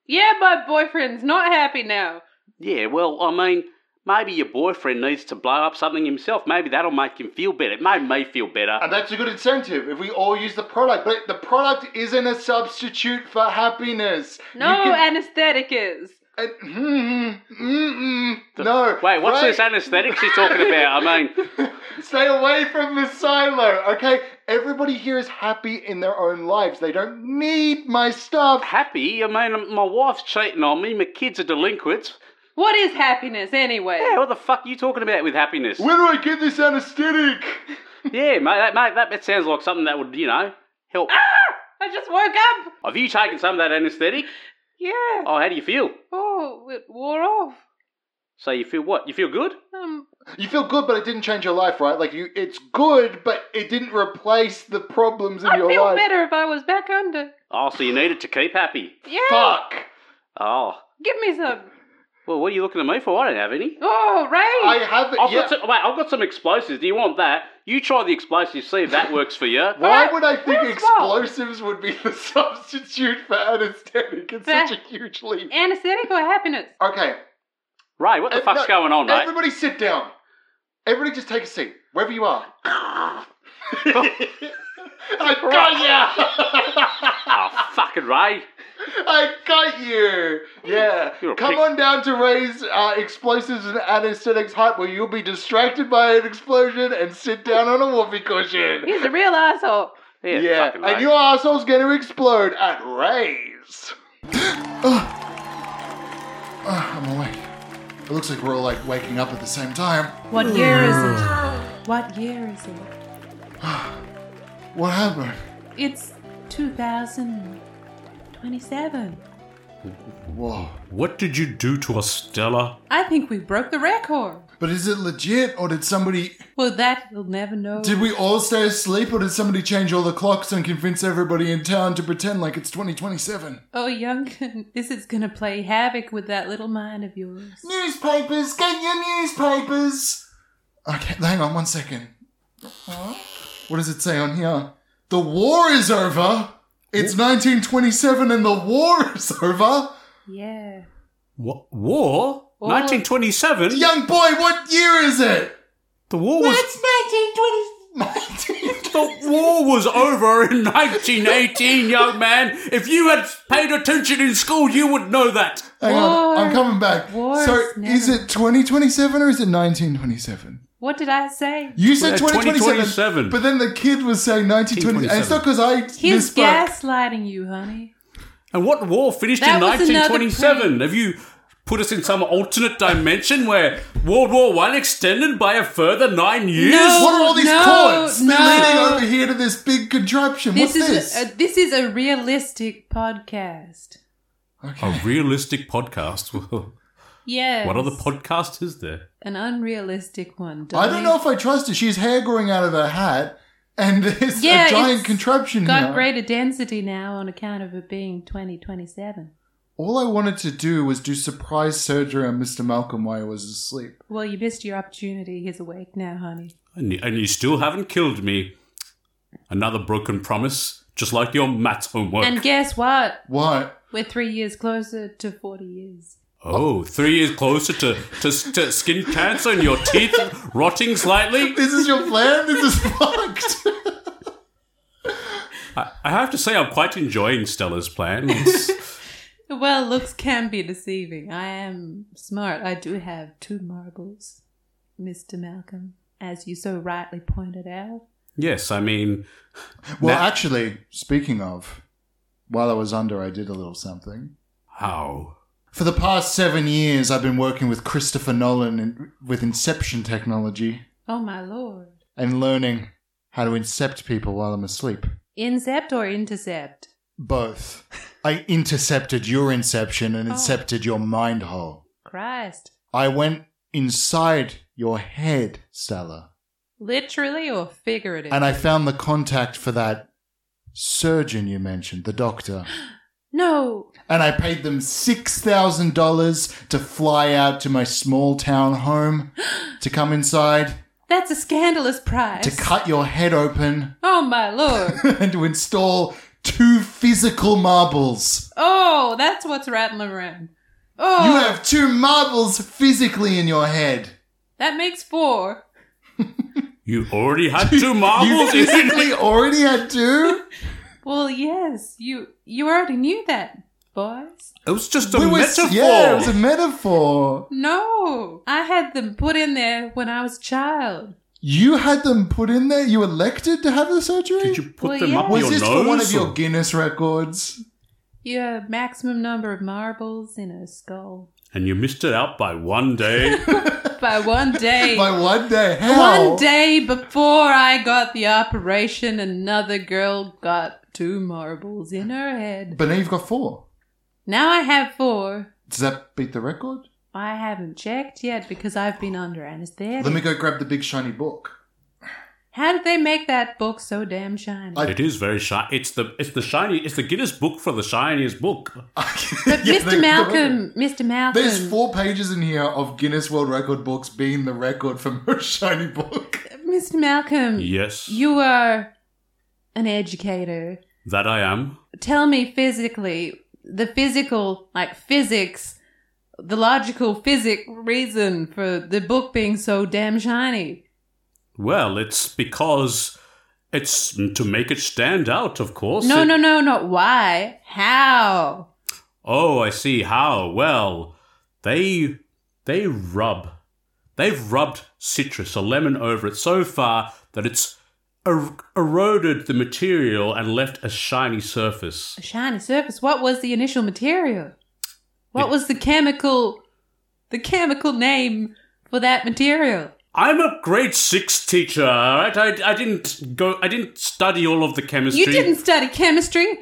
Yeah, my boyfriend's not happy now. Yeah, well, I mean, maybe your boyfriend needs to blow up something himself. Maybe that'll make him feel better. It made me feel better. And that's a good incentive if we all use the product. But the product isn't a substitute for happiness. No You can- anesthetic is. uh, mm, mm, mm, no. Wait, what's Ray, this anesthetic she's talking about? I mean, Stay away from the silo, okay? Everybody here is happy in their own lives. They don't need my stuff. happy? I mean, my wife's cheating on me. My kids are delinquents. What is happiness anyway? Yeah, what the fuck are you talking about with happiness? Where do I get this anesthetic? Yeah, mate, that, mate, that, that sounds like something that would, you know, help. I just woke up. Have you taken some of that anesthetic? Yeah. Oh, how do you feel? Oh, it wore off. So you feel what? You feel good? Um, You feel good, but it didn't change your life, right? Like you, it's good, but it didn't replace the problems in I'd your feel life. better if I was back under. Oh, so you need it to keep happy. Yeah. Fuck. Oh, Give me some. well, what are you looking at me for? I don't have any. Oh, Ray. I have it. I've, yeah. got some, wait, I've got some explosives. Do you want that? You try the explosives, see if that works for you. Why would I think That's wrong. explosives would be the substitute for anesthetic? It's That- such a huge leap. anesthetic or happiness? Okay. Ray, what the ev- fuck's Uh, no, going on, mate? Everybody sit down. Everybody just take a seat, wherever you are. I got you! Oh, fucking Ray. I got you! Yeah. You're a Come pick- on down to Ray's uh, Explosives and Anesthetics Hut where you'll be distracted by an explosion and sit down on a whoopee cushion. He's a real asshole. Yeah, fucking Ray. and your arsehole's gonna explode at Ray's. I'm awake. It looks like we're all like waking up at the same time. What year is it? What year is it? What happened? It's 2027. Whoa. What did you do to us, Stella? I think we broke the record. But is it legit or did somebody Well, that you'll never know. did we all stay asleep or did somebody change all the clocks and convince everybody in town to pretend like it's 2027? oh, Youngkin, this is gonna play havoc with that little mind of yours. Newspapers, get your newspapers. Okay, hang on one second. What does it say on here? The war is over. It's 1927 and the war is over. Yeah. What war? War. 1927? Young boy, what year is it? The war was. It's 1920. The war was over in 1918, young man. If you had paid attention in school, you would know that. Hang on, I'm War. coming back. War so, is never- is it 2027 or is it 1927? What did I say? You said Yeah, 2027, 2027. but then the kid was saying 1920. And it's not because I He's misspoke. gaslighting you, honey. And what war finished That in was another 1927? Have you put us in some alternate dimension where World War One extended by a further nine years? What are all these No, cords no. leading over here to this big contraption? This What's is this? A, uh, this is a realistic podcast. A realistic podcast. what Yes. other podcast is there? An unrealistic one. I don't know if I trust her. She has hair growing out of her hat, and there's Yeah, a giant it's contraption Got here. greater density now on account of it being 2027. All I wanted to do was do surprise surgery on Mr. Malcolm while I was asleep. Well, you missed your opportunity. He's awake now, honey. And you, and you still haven't killed me. Another broken promise, just like your maths homework. And guess what? What? We're three years closer to 40 years. oh, three years closer to, to, to skin cancer and your teeth rotting slightly. This is your plan? this is fucked. I, I have to say, I'm quite enjoying Stella's plan. It's, Well, looks can be deceiving. I am smart. I do have two marbles, Mr. Malcolm, as you so rightly pointed out. Yes, I mean, Well, Now- actually, speaking of, while I was under, I did a little something. how? For the past seven years, I've been working with Christopher Nolan in, with Inception technology Oh, my lord. and learning how to incept people while I'm asleep. Incept or intercept? Both. I intercepted your inception and incepted your mind hole. Christ. I went inside your head, Stella, Literally or figurative? and I found the contact for that surgeon you mentioned, the doctor. no. and I paid them $6,000 to fly out to my small town home to come inside, That's a scandalous price. to cut your head open, Oh, my lord. and to install two physical marbles. oh, that's what's rattling around. Oh, You have two marbles physically in your head. that makes four. You already had two You marbles in physically already had two? Well, yes, you you already knew that, boys. It was just a We were- metaphor. Yeah, it was a metaphor. No, I had them put in there when I was a child. You had them put in there? You elected to have the surgery? Did you put Well, them yeah. up Was your this nose? for one of or- your Guinness records? Yeah, maximum number of marbles in a skull And you missed it out by one day. by one day. By one day. How? one day before I got the operation, another girl got two marbles in her head. But now you've got four. Now I have four. Does that beat the record? I haven't checked yet because I've been under anesthetic. Let me go grab the big shiny book. How did they make that book so damn shiny? I- it is very shiny. It's the it's the shiny. It's the Guinness Book for the shiniest book. but but Mr. Malcolm, Mr. Malcolm, There's four pages in here of Guinness World Record books being the record for most shiny book. Mr. Malcolm, Yes, you are an educator. that I am. Tell me physically, the physical, like physics, the logical physic reason for the book being so damn shiny. Well, it's because it's to make it stand out, of course. No, It- no, no, not why. How? Oh, I see. How? Well, they they rub. They've rubbed citrus or lemon over it so far that it's er- eroded the material and left a shiny surface. A shiny surface. What was the initial material? What It- was the chemical, the chemical name for that material? I'm a grade six teacher. All right, I, I didn't go. I didn't study all of the chemistry. You didn't study chemistry.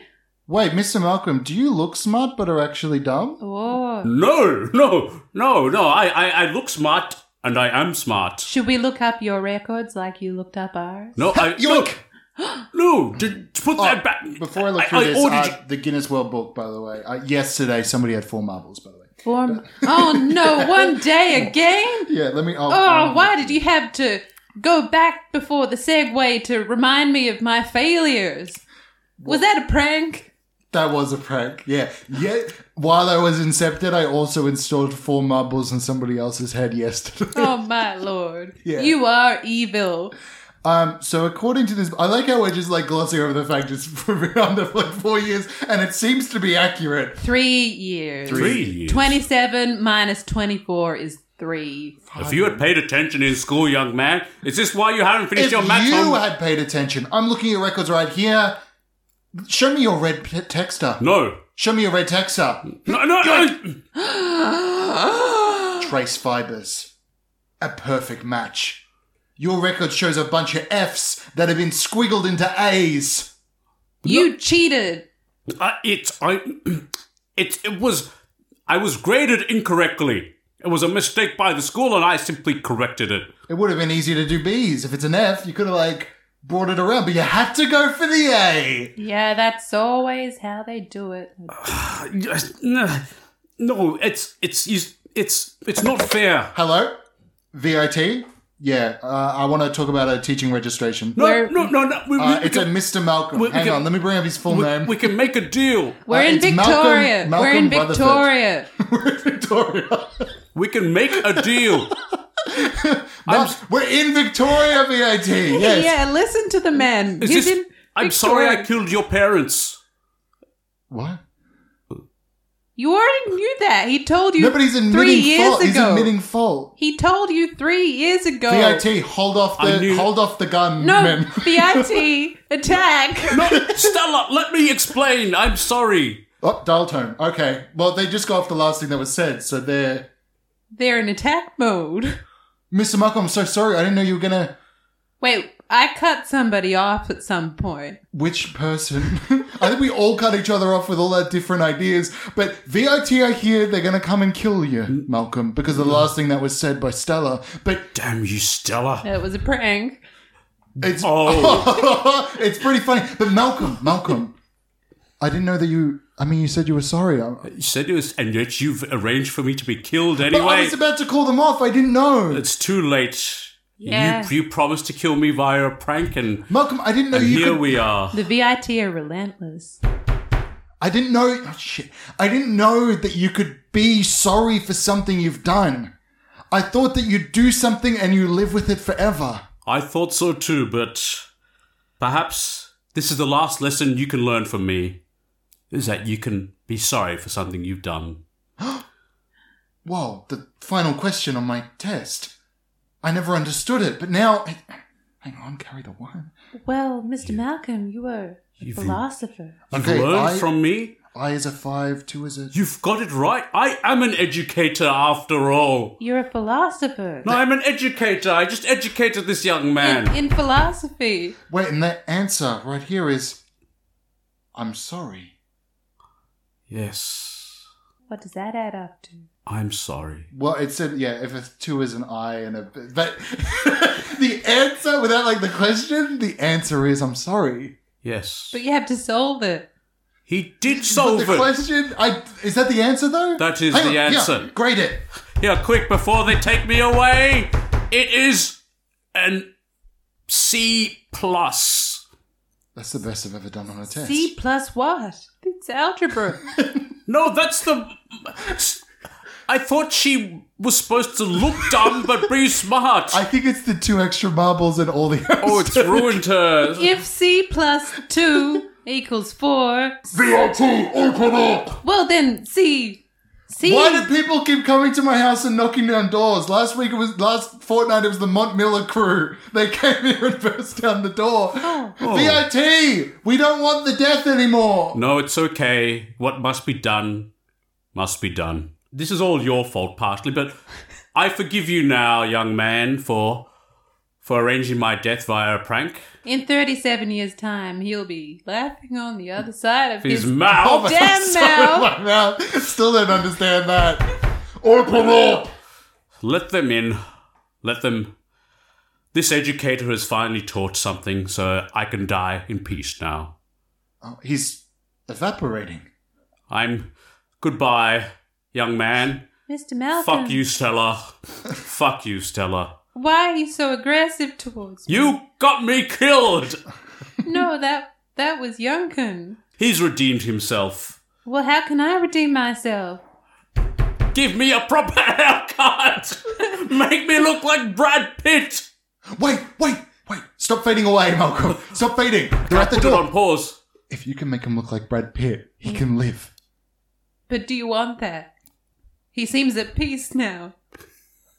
Wait, Mr. Malcolm, do you look smart but are actually dumb? Oh. No, no, no, no. I, I, I look smart and I am smart. Should we look up your records like you looked up ours? No, I Yoink! no, no. Did, put Oh, that back. Before I look through this, ordered uh, the Guinness World Book, by the way, uh, yesterday somebody had four marbles, by the way. Form- oh no, one day again? Yeah, let me. Oh, Oh, why did you have to go back before the segue to remind me of my failures? Was that a prank? That was a prank. Yeah. Yeah. While I was incepted, I also installed four marbles in somebody else's head yesterday. Oh my lord. Yeah. You are evil. Um, so according to this, I like how we're just like glossing over the fact it's been on there for like four years, and it seems to be accurate. Three years. three years. 27 minus 24 is three. If you had paid attention in school, young man, is this why you haven't finished If your maths you homework? had paid attention, I'm looking at records right here. Show me your red p- texter. no, Show me your red texter. no, no, no. Trace fibers. A perfect match. Your record shows a bunch of F's that have been squiggled into A's. You cheated. I, it's I. It it was. I was graded incorrectly. It was a mistake by the school, and I simply corrected it. It would have been easier to do B's. If it's an F, you could have like brought it around, but you had to go for the A. Yeah, that's always how they do it. Yes, no, no, it's it's it's it's it's not fair. Hello, VIT. Yeah, uh, I want to talk about a teaching registration. No, Where- no, no, no. We, we- Uh, we it's a can, Mr. Malcolm. we- we Hang can- on, let me bring up his full we, name. we can make a deal. We're in it's Malcolm- Victoria. We're Malcolm in Rutherford. Victoria. Victoria. We can make a deal. Mal- we're in Victoria, VIT. Yes. Yeah, listen to the man. Is He's this- in I'm sorry I Victoria. killed your parents. What? You already knew that. He told you Nobody's admitting three years fault. ago. He's admitting fault. He told you three years ago. VIT, hold off I the knew- hold off the gun, No, man. VIT attack. No, Stella, let me explain. I'm sorry. Oh, dial tone. Okay. Well, they just got off the last thing that was said, so they're. They're in attack mode. Mr. Malcolm, I'm so sorry. I didn't know you were gonna. Wait, I cut somebody off at some point. Which person? I think we all cut each other off with all our different ideas, but VIT are here. They're gonna come and kill you, Malcolm, because of the last thing that was said by Stella. But Damn you, Stella. It was a prank. it's Oh, it's pretty funny. But Malcolm, Malcolm, I didn't know that you. I mean, you said you were sorry. I, you said it was, and yet you've arranged for me to be killed but I anyway. was about to call them off. I didn't know. It's too late. Yeah. You, you promised to kill me via a prank, and, Malcolm, I didn't know and you. here could- we are. The VIT are relentless. I didn't know. Oh, shit. I didn't know that you could be sorry for something you've done. I thought that you do something and you live with it forever. I thought so too, but perhaps this is the last lesson you can learn from me is that you can be sorry for something you've done. Whoa, the final question on my test. I never understood it, but now. Hang on, carry the one. Well, Mr. Malcolm, you were a You've- philosopher. You've Okay, learned I- from me? I is a five, two is a. You've got it right. I am an educator after all. You're a philosopher. No, I'm an educator. I just educated this young man. In, in philosophy. Wait, and that answer right here is. I'm sorry. yes. What does that add up to? I'm sorry. Well, it said, yeah, if a two is an I and a. But the answer, without like the question, the answer is I'm sorry. Yes. But you have to solve it. he did But solve the it. question, I is that the answer though? That is the yeah, answer. grade it. Here, quick, before they take me away. It is an C plus. That's the best I've ever done on a test. C plus what? It's algebra. No, that's the. I thought she was supposed to look dumb but be smart. I think it's the two extra marbles and all the. oh, it's ruined her. if C plus 2 equals 4, VRT, open up. well then C. C. Why do people keep coming to my house and knocking down doors? Last week it was last fortnight it was the Mont Miller crew. They came here and burst down the door. VIT, we don't want the death anymore. No, it's okay. What must be done must be done. This is all your fault, partly, but I forgive you now, young man, for for arranging my death via a prank. In 37 years' time, he'll be laughing on the other side of his. His mouth. damn Oh, Sorry, now. my mouth. Still don't understand that. Open up. Let them in. Let them. This educator has finally taught something, so I can die in peace now. Oh, he's evaporating. I'm goodbye, young man. Mr. Malcolm. Fuck you, Stella. Fuck you, Stella. Why are you so aggressive towards me? You got me killed. No, that that was Yunkin. He's redeemed himself. Well, how can I redeem myself? Give me a proper haircut. Make me look like Brad Pitt. Wait, wait, wait. Stop fading away, Malcolm. Stop fading. They're at the Put it on door. pause. If you can make him look like Brad Pitt, he can live. But do you want that? He seems at peace now.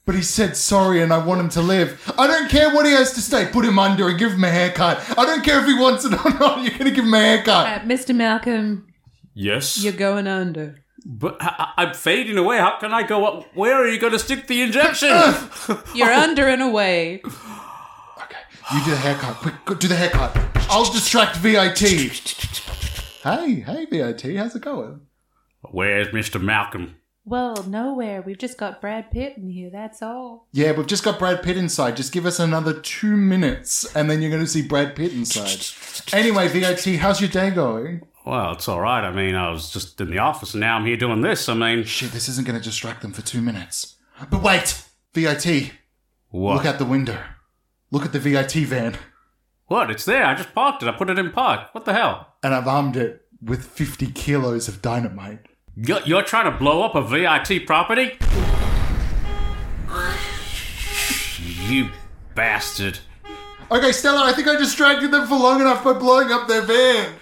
But he said sorry and I want him to live. I don't care what he has to say. Put him under and give him a haircut. I don't care if he wants it or not. You're going to give him a haircut. Uh, Mr. Malcolm, Yes. you're going under. But I- I- I'm fading away. How can I go up? Where are you going to stick the injection? You're under and away. Okay. You do the haircut. Quick, go- do the haircut. I'll distract VIT. Hey, hey, VIT. How's it going? Where's Mr. Malcolm? Well, nowhere. We've just got Brad Pitt in here. That's all. Yeah, we've just got Brad Pitt inside. Just give us another two minutes and then you're going to see Brad Pitt inside. Anyway, VIT, how's your day going? Well, it's all right. I mean, I was just in the office, and now I'm here doing this. I mean, Shit, this isn't going to distract them for two minutes. But wait! VIT, what? look out the window. Look at the VIT van. What? It's there. I just parked it. I put it in park. What the hell? And I've armed it with 50 kilos of dynamite. You're, you're trying to blow up a VIT property? You bastard. Okay, Stella, I think I distracted them for long enough by blowing up their van.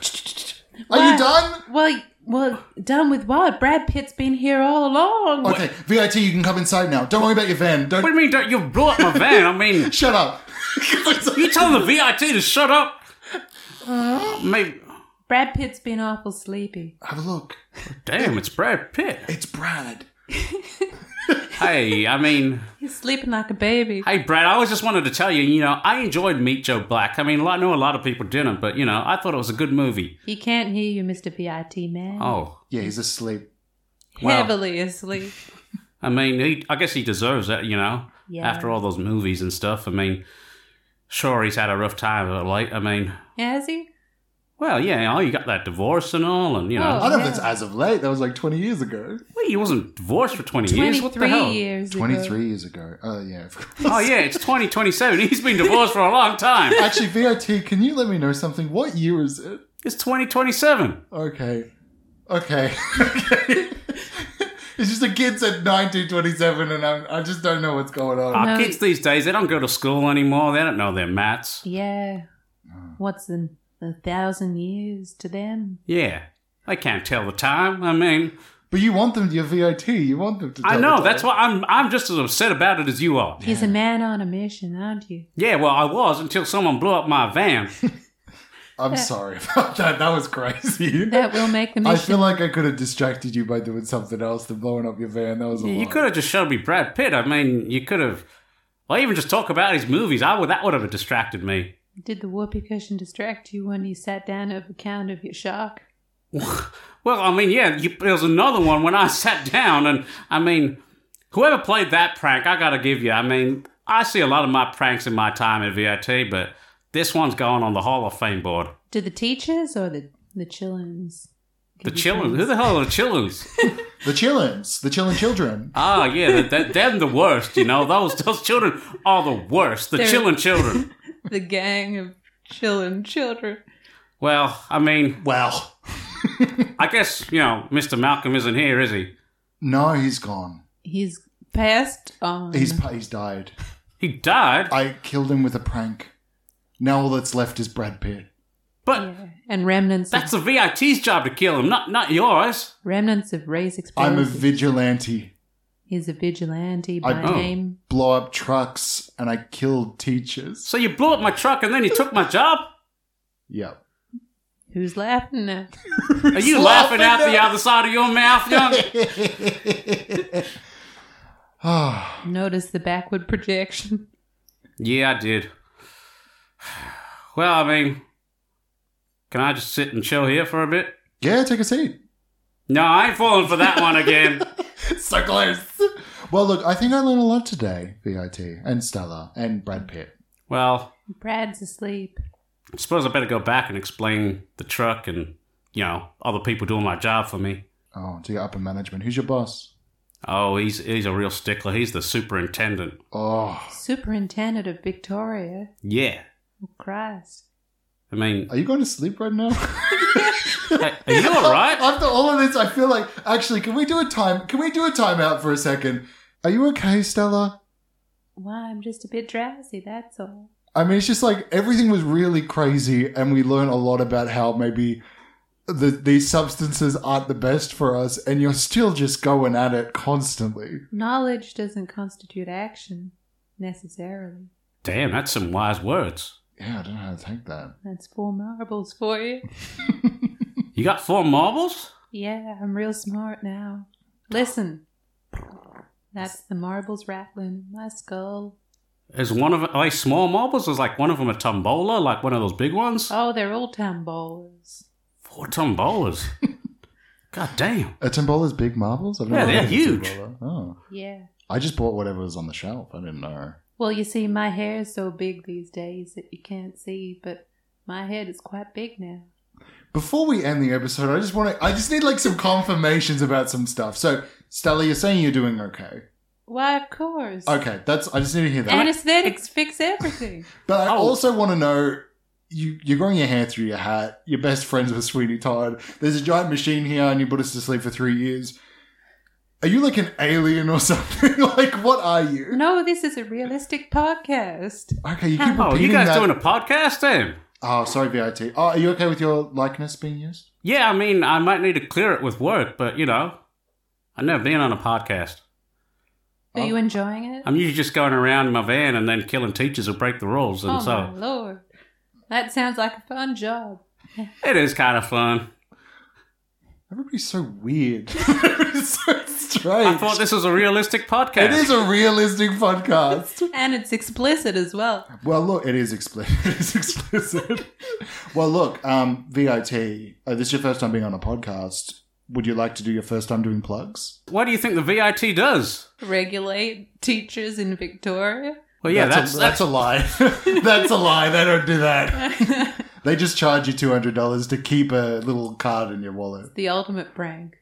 Are you What? done? Well, Well, done with what? Brad Pitt's been here all along. Okay, VIT, you can come inside now. Don't worry about your van. Don't What do you mean? Don't you blew up my van? I mean, shut up. you tell the VIT to shut up. Maybe. Brad Pitt's been awful sleepy. Have a look. Damn, it's Brad Pitt. It's Brad. Hey, I mean, He's sleeping like a baby. hey, Brad. I always just wanted to tell you, you know, I enjoyed Meet Joe Black. I mean, I know a lot of people didn't, but you know, I thought it was a good movie. He can't hear you, Mr. VIT man. Oh, Yeah, he's asleep. wow. Heavily asleep. I mean, he, I guess he deserves that, you know. Yeah. After all those movies and stuff, I mean, sure he's had a rough time of it. Like, I mean, Has he? well, yeah, oh, you got that divorce and all, and you know, I don't know Yeah. if it's as of late. That was like 20 years ago. Wait, he wasn't divorced for twenty years. What the 23 hell? years ago. 23 years ago. Oh, yeah. of course. Oh yeah, it's twenty twenty seven. He's been divorced for a long time. Actually, VIT, can you let me know something? What year is it? It's twenty twenty seven. Okay. Okay. okay. it's just a kid said 1927, and I'm, I just don't know what's going on. Our No. kids these days, they don't go to school anymore. They don't know their maths. Yeah. Oh. What's in a thousand years to them? Yeah, they can't tell the time. I mean, But you want them, your VIT, you want them to tell I the know time. that's why I'm I'm just as upset about it as you are. He's a man on a mission, aren't you? Yeah, well, I was until someone blew up my van. I'm sorry about that. That was crazy. That will make the I mission. feel like I could have distracted you by doing something else than blowing up your van. That was a Yeah, you lot. could have just showed me Brad Pitt. I mean, you could have, or even just talk about his movies. I would that would have distracted me. Did the whoopee cushion distract you when you sat down over account of your shark? Well, I mean, yeah, you, there was another one when I sat down, and I mean, whoever played that prank, I gotta give you. I mean, I see a lot of my pranks in my time at VIT, but this one's going on the Hall of Fame board. To the teachers or the the chillins? The Chillins, who the hell are the Chillins? The chillins, the chillin' children. ah, yeah, th th them the worst. You know, those those children are the worst. The They're- Chillin' children. The gang of chillin' children. Well, I mean, Well, I guess you know, Mr. Malcolm isn't here, is he? no, he's gone. He's passed on. He's pa- he's died. He died, I killed him with a prank. Now all that's left is Brad Pitt. but yeah. And remnants that's of, the VIT's job to kill him, not not yours. remnants of race I'm a experience. vigilante. He's a vigilante by I- Oh. name. Blow up trucks and I killed teachers. So you blew up my truck and then you took my job? Yep. Who's laughing now? Are you Laughing laughing out the now. other side of your mouth, young? Ah, Notice the backward projection. yeah, I did. Well, I mean, can I just sit and chill here for a bit? yeah, take a seat. No, I ain't falling for that one again. So close. Well, look, I think I learned a lot today, VIT, and Stella, and Brad Pitt. well, Brad's asleep. I suppose I better go back and explain the truck and, you know, other people doing my job for me. Oh, to your upper management. Who's your boss? Oh, he's he's a real stickler. He's the superintendent. Oh, Superintendent of Victoria. Yeah. Oh, Christ. I mean, are you going to sleep right now? hey, are you all right? After all of this, I feel like actually, can we do a time? Can we do a timeout for a second? Are you okay, Stella? Why, I'm just a bit drowsy, that's all. I mean, it's just like everything was really crazy, and we learn a lot about how maybe the, these substances aren't the best for us, and you're still just going at it constantly. Knowledge doesn't constitute action necessarily. Damn, that's some wise words. Yeah, I don't know how to take that. That's four marbles for you. You got four marbles? Yeah, I'm real smart now. Listen. That's the marbles rattling in my skull. Is one of are they small marbles? Is like one of them a tombola, like one of those big ones? Oh, they're all tambolas. Four tombolas. God damn. A timbola's big marbles. I don't Yeah, know they're about a huge. Tombola. Oh, Yeah. I just bought whatever was on the shelf. I didn't know. Well, you see, my hair is so big these days that you can't see, but my head is quite big now. Before we end the episode, I just want to. I just need like some confirmations about some stuff. So, Stella, you're saying you're doing okay. Why, of course. Okay, that's. I just need to hear that. Anesthetics fix everything. but I Oh. also want to know. You, you're growing your hair through your hat. You're best friends with Sweetie Todd. There's a giant machine here, and you put us to sleep for three years. Are you like an alien or something? like, what are you? no, this is a realistic podcast. Okay, you keep Oh, repeating you guys that. doing a podcast then? oh, sorry, VIT. Oh, are you okay with your likeness being used? Yeah, I mean, I might need to clear it with work, but you know, I've never been on a podcast. Are you enjoying it? Oh. I'm usually just going around in my van and then killing teachers who break the rules, and oh my so lord, that sounds like a fun job. it is kind of fun. Everybody's so weird. Everybody's so strange. I thought this was a realistic podcast. it is a realistic podcast. And it's explicit as well. well, look, it is explicit. It is explicit. well, look, um, VIT. Uh, this is your first time being on a podcast. Would you like to do your first time doing plugs? What do you think the VIT does? Regulate teachers in Victoria. Well, yeah, that's a, that's a lie. that's a lie. They don't do that. They just charge you two hundred dollars to keep a little card in your wallet. the ultimate prank.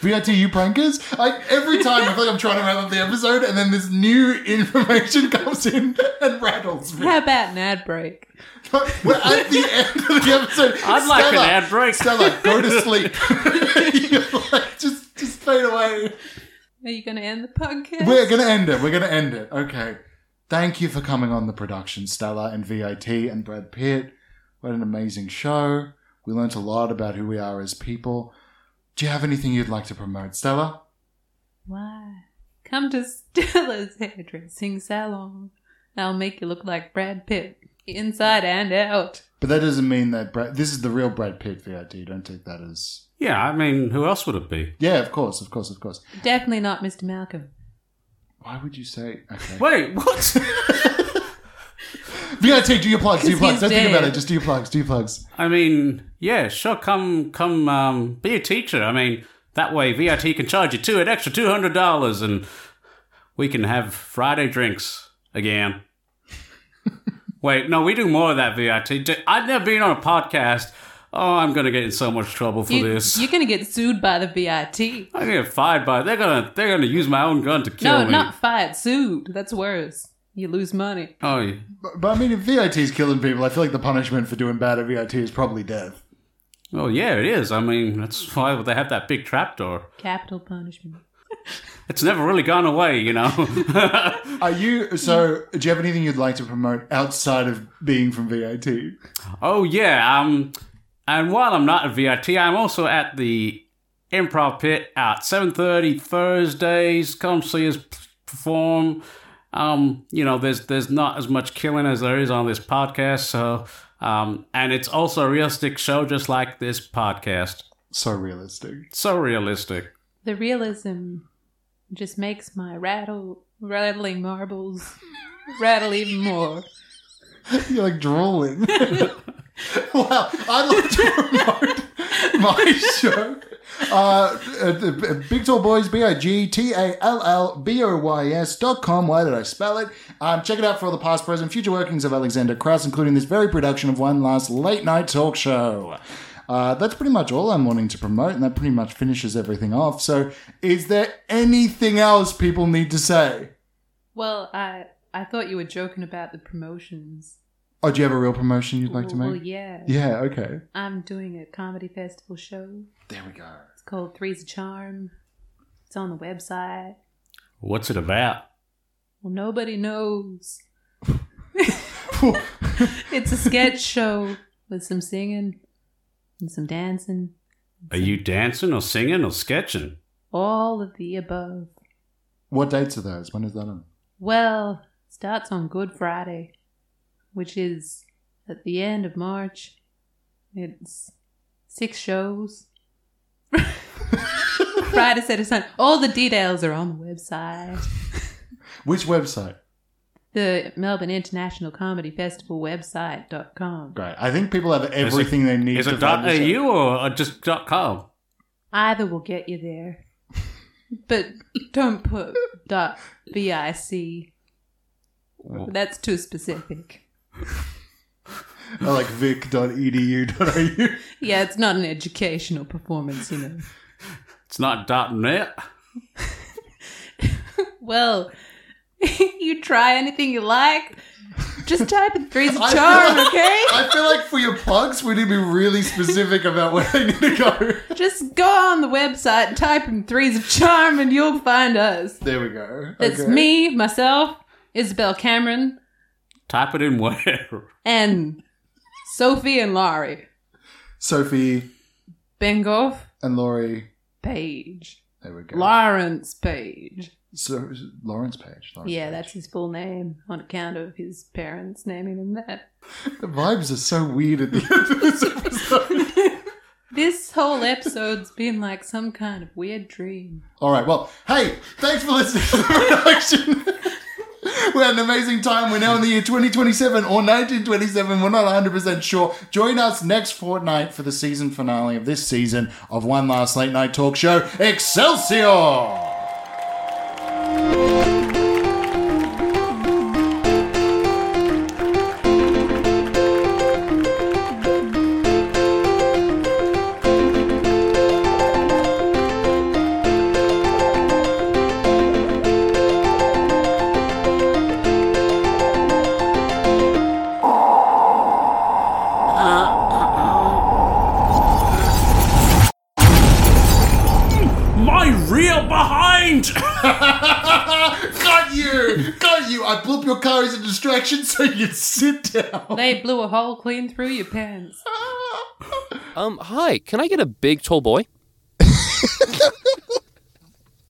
VITU prankers? I, every time I feel like I'm trying to wrap up the episode, and then this new information comes in and rattles me. How about an ad break? We're at the end of the episode. I'd like an ad break. Stella, go to sleep. You're like, just, just fade away. Are you going to end the podcast? We're going to end it. We're going to end it. Okay. Thank you for coming on the production, Stella and VIT and Brad Pitt. What an amazing show. We learnt a lot about who we are as people. Do you have anything you'd like to promote, Stella? Why? Come to Stella's hairdressing salon. I'll make you look like Brad Pitt, inside and out. But that doesn't mean that Brad. This is the real Brad Pitt VIT. Don't take that as. yeah. I mean, who else would it be? Yeah, of course, of course, of course. Definitely not Mr. Malcolm. Why would you say? Okay. Wait, what? VIT, do your plugs, do your 'Cause plugs. he's Don't think dead. about it. Just do your plugs, do your plugs. I mean, yeah, sure. Come, come, um, be a teacher. I mean, that way VIT can charge you two an extra two hundred dollars, and we can have Friday drinks again. Wait, no, we do more of that VIT. D- I've never been on a podcast. Oh, I'm gonna get in so much trouble for You, this. you're going to get sued by the VIT. I'm gonna get fired by. They're gonna, they're gonna use my own gun to kill No, me. not fired, sued. That's worse. You lose money. oh, yeah. But, but I mean, if VIT's killing people, I feel like the punishment for doing bad at VIT is probably death. well, oh, yeah, it is. I mean, that's why they have that big trapdoor. Capital punishment. It's never really gone away, you know. Are you. So, do you have anything you'd like to promote outside of being from VIT? Oh yeah, um, and while I'm not at VIT, I'm also at the Improv Pit at 7:30 Thursdays. Come see us p- perform. Um, you know, there's there's not as much killing as there is on this podcast, so um, and it's also a realistic show, just like this podcast. So realistic. So realistic. The realism just makes my rattle rattling marbles rattle even more. You're like drooling. wow, I'd like to promote my show. Uh, at the- at Big Tall Boys, B I G T A L L B O Y S dot com. Why did I spell it? Um, check it out for all the past, present, future workings of Alexander Krauss, including this very production of One Last Late Night Talk Show. Uh, that's pretty much all I'm wanting to promote, and that pretty much finishes everything off. So, is there anything else people need to say? Well, I I thought you were joking about the promotions. Oh, do you have a real promotion you'd like to well, make? yeah. Yeah, okay. I'm doing a comedy festival show. There we go. It's called Three's a Charm. It's on the website. What's it about? Well, nobody knows. It's a sketch show with some singing and some dancing. Are you dancing or singing or sketching? All of the above. What dates are those? When is that on? Well, it starts on Good Friday, which is at the end of March. It's six shows. Friday, Saturday, Sunday. All the details are on the website. Which website? The Melbourne International Comedy Festival website.com. Great. I think people have Is it- everything they need Is to it find dot this out. .au or or just dot .com? Either will get you there. But don't put dot .bic. That's too specific. I like vic.edu.au. Yeah, it's not an educational performance, you know. It's not dot .net. Well, you try anything you like. Just type in three's a I charm, feel- okay? I feel like for your plugs, we need to be really specific about where they need to go. Just go on the website, and type in three's a charm, and you'll find us. There we go. It's Okay. me, myself, Isabel Cameron, Type it in where. and Sophie and Laurie. Sophie Bengough and Laurie. Page. There we go. Lawrence Page. so, Lawrence Page. Lawrence Yeah, Page. that's his full name on account of his parents naming him that. The vibes are so weird at the end of this episode. This whole episode's been like some kind of weird dream. All right, well, hey, thanks for listening to the reaction. We had an amazing time. We're now in the year 2027 or 1927. We're not 100% sure. Join us next fortnight for the season finale of this season of One Last Late Night Talk Show, Excelsior! Ah, My rear behind! Got you! Got you! I blew up your car as a distraction so you'd sit down. They blew a hole clean through your pants. Um, hi, can I get a big tall boy?